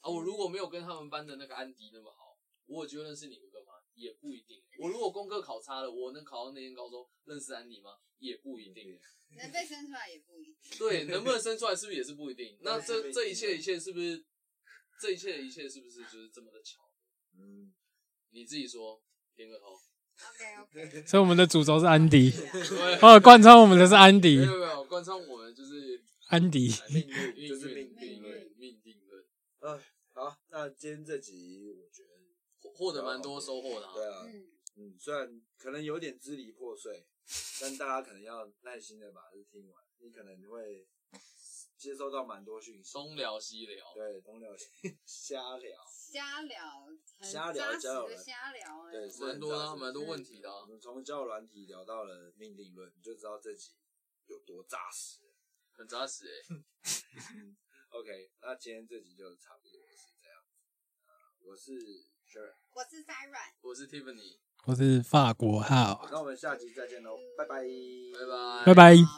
啊，我如果没有跟他们班的那个安迪那么好，我有机会认识你哥哥吗？也不一定。欸我如果功课考差了，我能考到那间高中，认识安迪吗？也不一定。欸能被生出来也不一定。对，能不能生出来是不是也是不一 定？啊那这对这一切一切是不是，这一切的一切是不是就是这么的巧？嗯，你自己说，点个头。 OK OK。所以我们的主轴是安迪，对。哦，贯穿我们的是安没迪，有没有，贯穿我们就是安迪。命运命就是运命命运。运命定论，好，那今天这集我觉得，获获得蛮多收获的、对啊。啊，嗯，嗯，虽然可能有点支离破碎，但大家可能要耐心的把这听完，你可能会接收到蛮多讯息。东聊西聊，对，东聊西 瞎聊，瞎聊，很瞎聊扎实交友的软瞎聊哎、对，是蛮很多扎啊，实蛮多问题的、我啊。们从交友软体聊到了命定论，你就知道这集有多扎实。很扎实哎、 OK，那今天这集就差不多是这样。呃我是 s h e r 我是 s i r a 我是 Tiffany，我是法国号，那我们下集再见喽，拜拜，拜拜，拜拜。好。